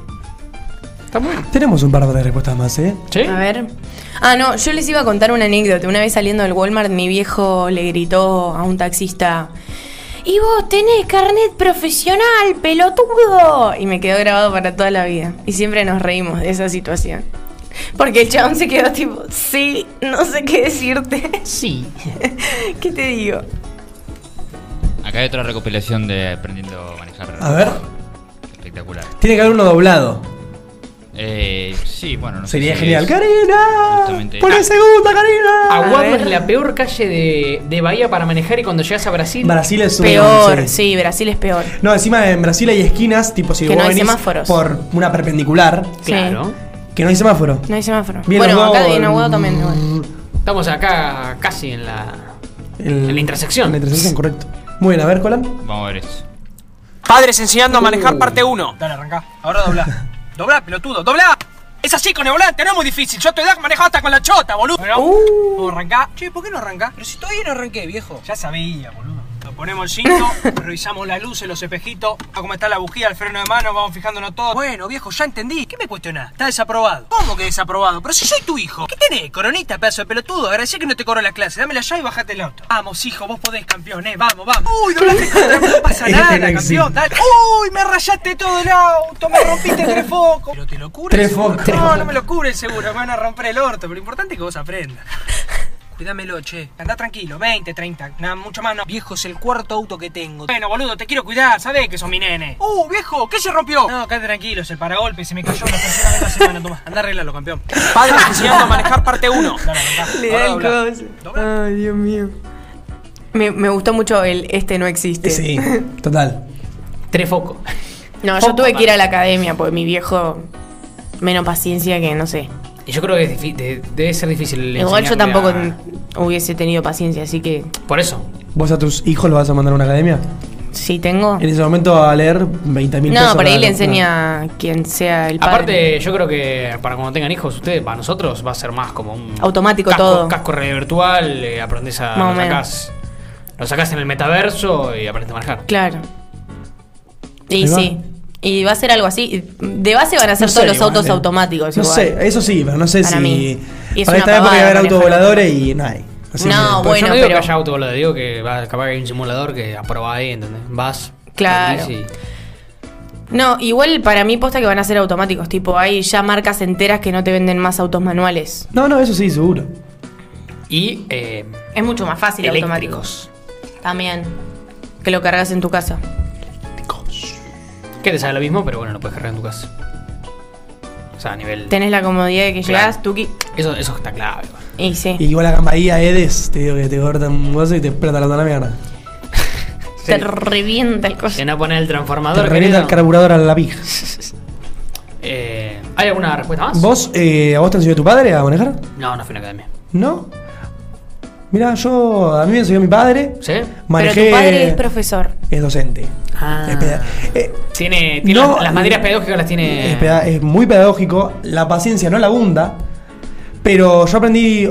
S4: Está muy bien.
S1: Tenemos un par de respuestas más, ¿eh?
S4: ¿Sí?
S2: A ver. Ah, no, yo les iba a contar una anécdota. Una vez saliendo del Walmart, mi viejo le gritó a un taxista: ¿Y vos tenés carnet profesional, pelotudo? Y me quedó grabado para toda la vida. Y siempre nos reímos de esa situación. Porque el chabón se quedó tipo: Sí, no sé qué decirte.
S4: Sí.
S2: ¿Qué te digo?
S3: Acá hay otra recopilación de aprendiendo a manejar.
S1: A ver.
S3: Espectacular.
S1: Tiene que haber uno doblado.
S3: Eh, sí, bueno, no sé
S1: Sería
S3: si
S1: genial.
S3: es-
S1: ¡Karina!
S3: Justamente. Ah.
S1: ¡Por el segundo, Karina!
S4: Aguado
S2: ver.
S4: es la peor calle de, de Bahía para manejar y cuando llegas a Brasil.
S1: Brasil es un-
S2: Peor,
S1: sí.
S2: sí, Brasil es peor.
S1: No, encima en Brasil hay esquinas, tipo si
S2: Que
S1: vos
S2: no hay
S1: venís
S2: semáforos.
S1: por una perpendicular,
S4: Claro.
S1: que no hay semáforo.
S2: No hay semáforo.
S1: Bien,
S2: bueno,
S1: los dos-
S2: acá en Aguado también. igual.
S4: Estamos acá casi en la. En la intersección.
S1: En la intersección, correcto. Muy bien, a ver, Colan.
S3: Vamos a ver eso.
S8: Padres enseñando a manejar parte 1. Dale, arrancá. Ahora dobla. dobla, pelotudo, dobla. Es así con el volante, no es muy difícil. Yo a tu edad manejaba hasta con la chota, boludo. No arrancá. Uh. Che, ¿por qué no arrancá? Pero si todavía no arranqué, viejo. Ya sabía, boludo. Nos ponemos el cinto, revisamos las luces, los espejitos, a cómo está la bujía, el freno de mano, vamos fijándonos todo. Bueno, viejo, ya entendí. ¿Qué me cuestionás? Está desaprobado. ¿Cómo que desaprobado? Pero si soy tu hijo. ¿Qué tenés, coronita, pedazo de pelotudo? Agradecé que no te coro la clase. Dámela ya y bájate el auto. Vamos, hijo, vos podés, campeón, eh. Vamos, vamos. Uy, doblaste contra- No pasa nada,
S1: Excelente.
S8: campeón. Dale. Uy, me rayaste todo el auto, me rompiste tres focos. Pero te lo cubre el
S1: Tres
S8: seguro.
S1: focos.
S8: No, no me lo cubre el seguro, me van a romper el orto. Pero lo importante es que vos aprendas. Cuídamelo, che. Andá tranquilo, 20, 30, nada, mucho más no. Viejo, es el cuarto auto que tengo. Bueno, boludo, te quiero cuidar, sabés que sos mi nene. Uh, viejo, ¿qué se rompió? No, quédate tranquilo, es el paragolpe, se me cayó la tercera vez la semana, tomá. Andá a arreglarlo, campeón. Padre enseñando a manejar parte 1.
S2: Le da el coso. Ay, Dios mío. Me, me gustó mucho el este no existe.
S1: Sí, total.
S4: Tres focos.
S2: No, yo tuve que ir a la academia porque mi viejo menos paciencia que no sé.
S4: Y yo creo que es difí- de- debe ser difícil.
S2: Igual yo
S4: enseñarle
S2: tampoco
S4: a-
S2: hubiese tenido paciencia, así que
S4: Por eso.
S1: ¿Vos a tus hijos los vas a mandar a una academia?
S2: sí tengo.
S1: En ese momento a leer 20 mil
S2: No, por ahí le enseña a quien sea el padre.
S4: Aparte, yo creo que para cuando tengan hijos, ustedes, para nosotros, va a ser más como un.
S2: Automático
S4: casco,
S2: todo.
S4: Casco radio virtual, eh, aprendés
S2: Más
S4: a.
S2: o
S4: Lo
S2: menos.
S4: sacás, lo sacás en el metaverso y aprendes a manejar.
S2: Claro. Y
S1: Ahí va.
S2: sí. Y va a ser algo así. De base van a ser
S1: No
S2: todos
S1: sé,
S2: los
S1: igual,
S2: autos
S1: eh.
S2: automáticos.
S1: No
S2: igual.
S1: sé, eh. eso sí, pero no sé
S2: Para
S1: si.
S2: mí. Y es
S1: para
S2: una
S1: esta época
S2: pavada
S1: va a haber
S2: manejar
S1: autovoladores y no hay. Así que-
S2: No,
S4: Pero
S2: bueno,
S4: yo no digo
S2: pero-
S4: que haya auto, lo digo que va, capaz que hay un simulador que aprobás ahí, ¿entendés? Vas.
S2: Claro.
S4: aprendís
S2: No, igual para mí posta que van a ser automáticos. Tipo, hay ya marcas enteras que no te venden más autos manuales.
S1: No, no, eso sí, seguro.
S4: Y, y, eh,
S2: Es mucho más fácil
S4: eléctricos.
S2: automático. También. Que lo cargas en tu casa.
S4: Que te sale lo mismo, pero bueno, lo puedes cargar en tu casa. O sea, a nivel.
S2: Tenés la comodidad de que
S4: Claro.
S2: llegás, tuki.
S4: Eso, eso está clave.
S2: Y sí.
S1: Y igual la campanilla Edes, te digo que te cortan un hueso y te explota la la mierda.
S2: Te revienta el coche.
S4: Se van a poner el
S1: Te
S4: transformador.
S1: revienta el
S4: querido.
S1: carburador a la pija.
S4: Eh, ¿Hay alguna respuesta más?
S1: ¿Vos, eh, ¿A vos te enseñó tu padre a manejar?
S4: No, no fui a la academia.
S1: ¿No? Mirá, yo. A mí me enseñó mi padre.
S4: ¿Sí?
S2: Pero
S1: Manejé.
S2: tu padre es profesor.
S1: es docente.
S4: Ah.
S1: Es peda- eh,
S4: Tiene, tiene
S1: No, eh,
S4: las, las materias pedagógicas las tiene.
S1: es, peda- es muy pedagógico, la paciencia no la abunda, pero yo aprendí,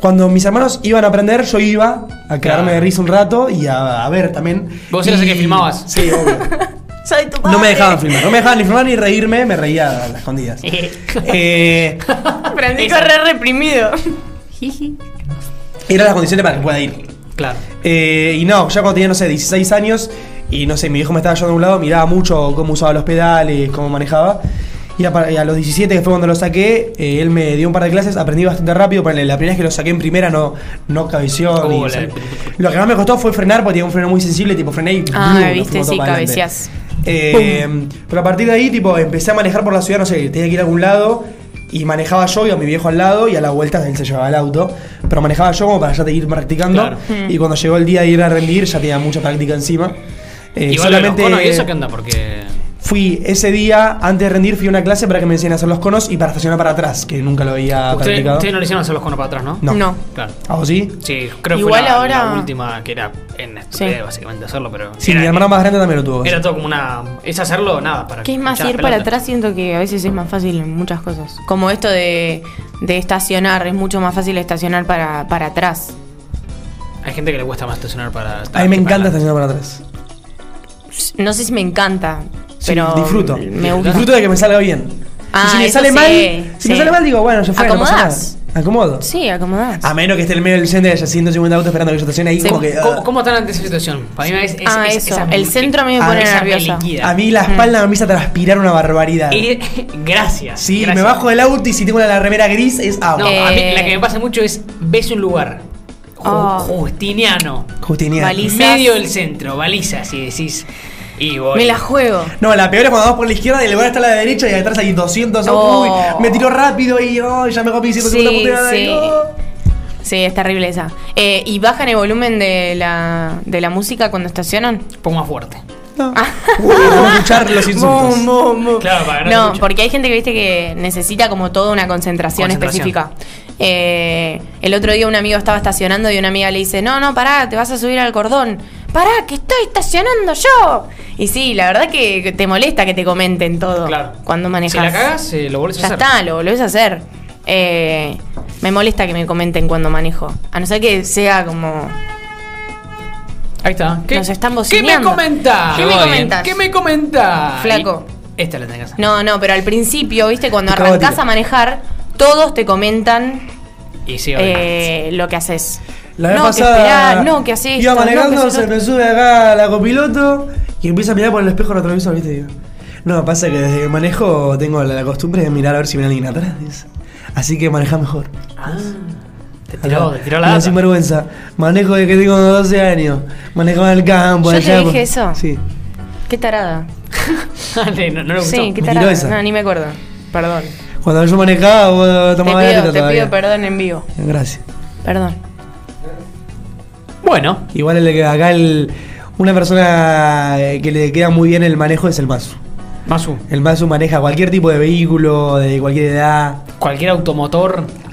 S1: cuando mis hermanos iban a aprender, yo iba a quedarme de risa un rato y a, a ver también.
S4: Vos eras
S1: Y-
S4: el que filmabas.
S1: Sí, obvio.
S2: Soy tu padre.
S1: No me dejaban filmar, no me dejaban ni filmar ni reírme, me reía a las escondidas. Eh,
S2: Francisco re reprimido.
S1: eran las condiciones para que pueda ir.
S4: Claro.
S1: Eh, y no, ya cuando tenía, no sé, 16 años, y no sé, mi viejo me estaba ayudando a un lado, miraba mucho cómo usaba los pedales, cómo manejaba. Y a, par- y a los 17, que fue cuando lo saqué, eh, él me dio un par de clases, aprendí bastante rápido. ponele, la primera vez que lo saqué en primera no, no cabeció. ni
S4: Uh, la-
S1: sal- Lo que más me costó fue frenar, porque tenía un freno muy sensible, tipo frené y.
S2: Ah,
S1: ¡blum! nos fuimos
S2: viste,
S1: todo
S2: sí,
S1: para adelante.
S2: cabeceás.
S1: Eh, pero a partir de ahí, tipo, empecé a manejar por la ciudad, no sé, tenía que ir a algún lado. Y manejaba yo, iba mi viejo al lado y a la vuelta él se llevaba el auto. Pero manejaba yo como para ya ir practicando.
S4: Claro.
S1: Y cuando llegó el día de ir a rendir, ya tenía mucha práctica encima. Eh,
S4: Igual solamente. Los conos, ¿Y eso qué onda? Porque.
S1: fui ese día, antes de rendir, fui a una clase para que me enseñen a hacer los conos y para estacionar para atrás, que nunca lo había
S4: Ustedes
S1: practicado.
S4: ustedes no le hicieron hacer los conos para atrás, ¿no?
S1: Ah, No.
S2: No.
S4: Claro.
S1: ¿A vos sí?
S4: Sí, creo que
S2: Igual
S4: fue la,
S2: ahora-
S4: la última que era en estupidez,
S2: Sí.
S4: básicamente, hacerlo, pero.
S1: Sí,
S4: era-
S1: mi hermana más grande también lo tuvo.
S4: Era todo como una. Es hacerlo, nada, para.
S2: Que es más
S4: hinchar
S2: ir
S4: las
S2: para
S4: pelotas.
S2: atrás, siento que a veces es más fácil en muchas cosas. Como esto de, de estacionar, es mucho más fácil estacionar para, para atrás.
S4: Hay gente que le cuesta más estacionar para.
S1: A mí me encanta estacionar para atrás.
S2: No sé si me encanta,
S1: Sí,
S2: pero
S1: disfruto.
S2: me gusta.
S1: Disfruto de que me salga bien.
S2: Ah,
S1: y si me
S2: eso
S1: sale
S2: sí,
S1: mal, si me
S2: sí.
S1: sale mal digo, bueno, ya fue, no pasa
S2: ¿Acomodás?
S1: nada. Acomodo.
S2: Sí, acomodás.
S1: A menos que esté en el medio del centro y haya 150 autos esperando que yo estacione ahí
S2: Sí.
S1: como que.
S4: ¿Cómo,
S1: ah.
S4: cómo están ante esa situación? Para mí es, es-
S2: ah,
S4: es-
S2: eso.
S4: esa-
S2: el centro a mí me
S1: Ah,
S2: pone
S4: esa me
S2: nerviosa.
S4: liquida.
S1: A mí la espalda me empieza a transpirar una barbaridad.
S4: Eh, gracias.
S1: Sí,
S4: gracias.
S1: me bajo del auto y si tengo la remera gris es
S4: No,
S1: agua.
S4: a mí
S2: Eh.
S4: la que me pasa mucho es ves un lugar Ju-
S2: Ah.
S4: Justiniano,
S1: Justiniano.
S2: Baliza. Quizás-
S4: medio del centro, balizas y decís y voy.
S2: Me la juego.
S1: No, la peor es cuando vas por la izquierda y el lugar está a la derecha y atrás hay 200 autos.
S2: Oh.
S1: Uy, me tiró rápido y oh, ya me copí 150
S2: Sí,
S1: puteadas,
S2: sí.
S1: y, oh.
S2: Sí, es terrible esa. Eh, ¿Y bajan el volumen de la, de la música cuando estacionan?
S4: pongo más fuerte.
S1: No. Uy, vamos a escuchar los insultos.
S2: Bum, bum, bum.
S4: Claro, para que no se
S2: no,
S4: escuche.
S2: porque hay gente que viste que necesita como toda una concentración,
S4: Concentración.
S2: específica. Eh, el otro día un amigo estaba estacionando y una amiga le dice, no, no, pará, te vas a subir al cordón. Pará, que estoy estacionando yo. Y sí, la verdad que te molesta que te comenten todo
S4: Claro.
S2: cuando manejas.
S4: Si la cagas, eh, lo volvés a
S2: Ya
S4: hacer.
S2: está, lo volvés a hacer. Eh, me molesta que me comenten cuando manejo. A no ser que sea como.
S4: Ahí está.
S2: Nos están
S4: ¿Qué me
S2: bocineando.
S4: comentas?
S2: ¿Qué me comentas?
S4: ¿Qué me comentas?
S2: Flaco.
S4: Y- Esta la tenés que hacer.
S2: No, no, pero al principio, viste, cuando
S1: Te cago de
S2: arrancás
S1: tiro.
S2: a manejar, todos te comentan
S4: Y sí, obvio.
S2: eh, lo que haces.
S1: La vez
S2: no,
S1: pasada
S2: que esperá, no, que haces.
S1: Iba
S2: esto, no, que
S1: manejando,
S2: haces
S1: se
S2: otro.
S1: me sube acá la copiloto y empieza a mirar por el espejo retrovisor, ¿viste? Digo, no, pasa que desde que manejo tengo la, la costumbre de mirar a ver si viene alguien atrás. dice. Así que maneja mejor.
S4: Ah, te tiró, te tiró la
S1: Digo,
S4: data.
S1: sin vergüenza. Manejo desde que tengo 12 años. Manejaba en el campo.
S2: Yo te
S1: allá,
S2: dije
S1: por-
S2: eso.
S1: Sí.
S2: Qué tarada.
S4: Dale, no, no le gustó.
S2: Sí, qué
S1: Me tiró
S2: tarada.
S1: esa.
S2: No, ni me acuerdo. Perdón.
S1: Cuando yo manejaba, vos
S2: Te
S1: tomabas la teta
S2: pido, te
S1: todavía.
S2: pido perdón en vivo.
S1: Gracias.
S2: Perdón.
S4: Bueno,
S1: Igual el que acá el, una persona eh, que le queda muy bien el manejo es el Mazu.
S4: Masu,
S1: El Mazu maneja cualquier tipo de vehículo, de cualquier edad.
S4: cualquier automotor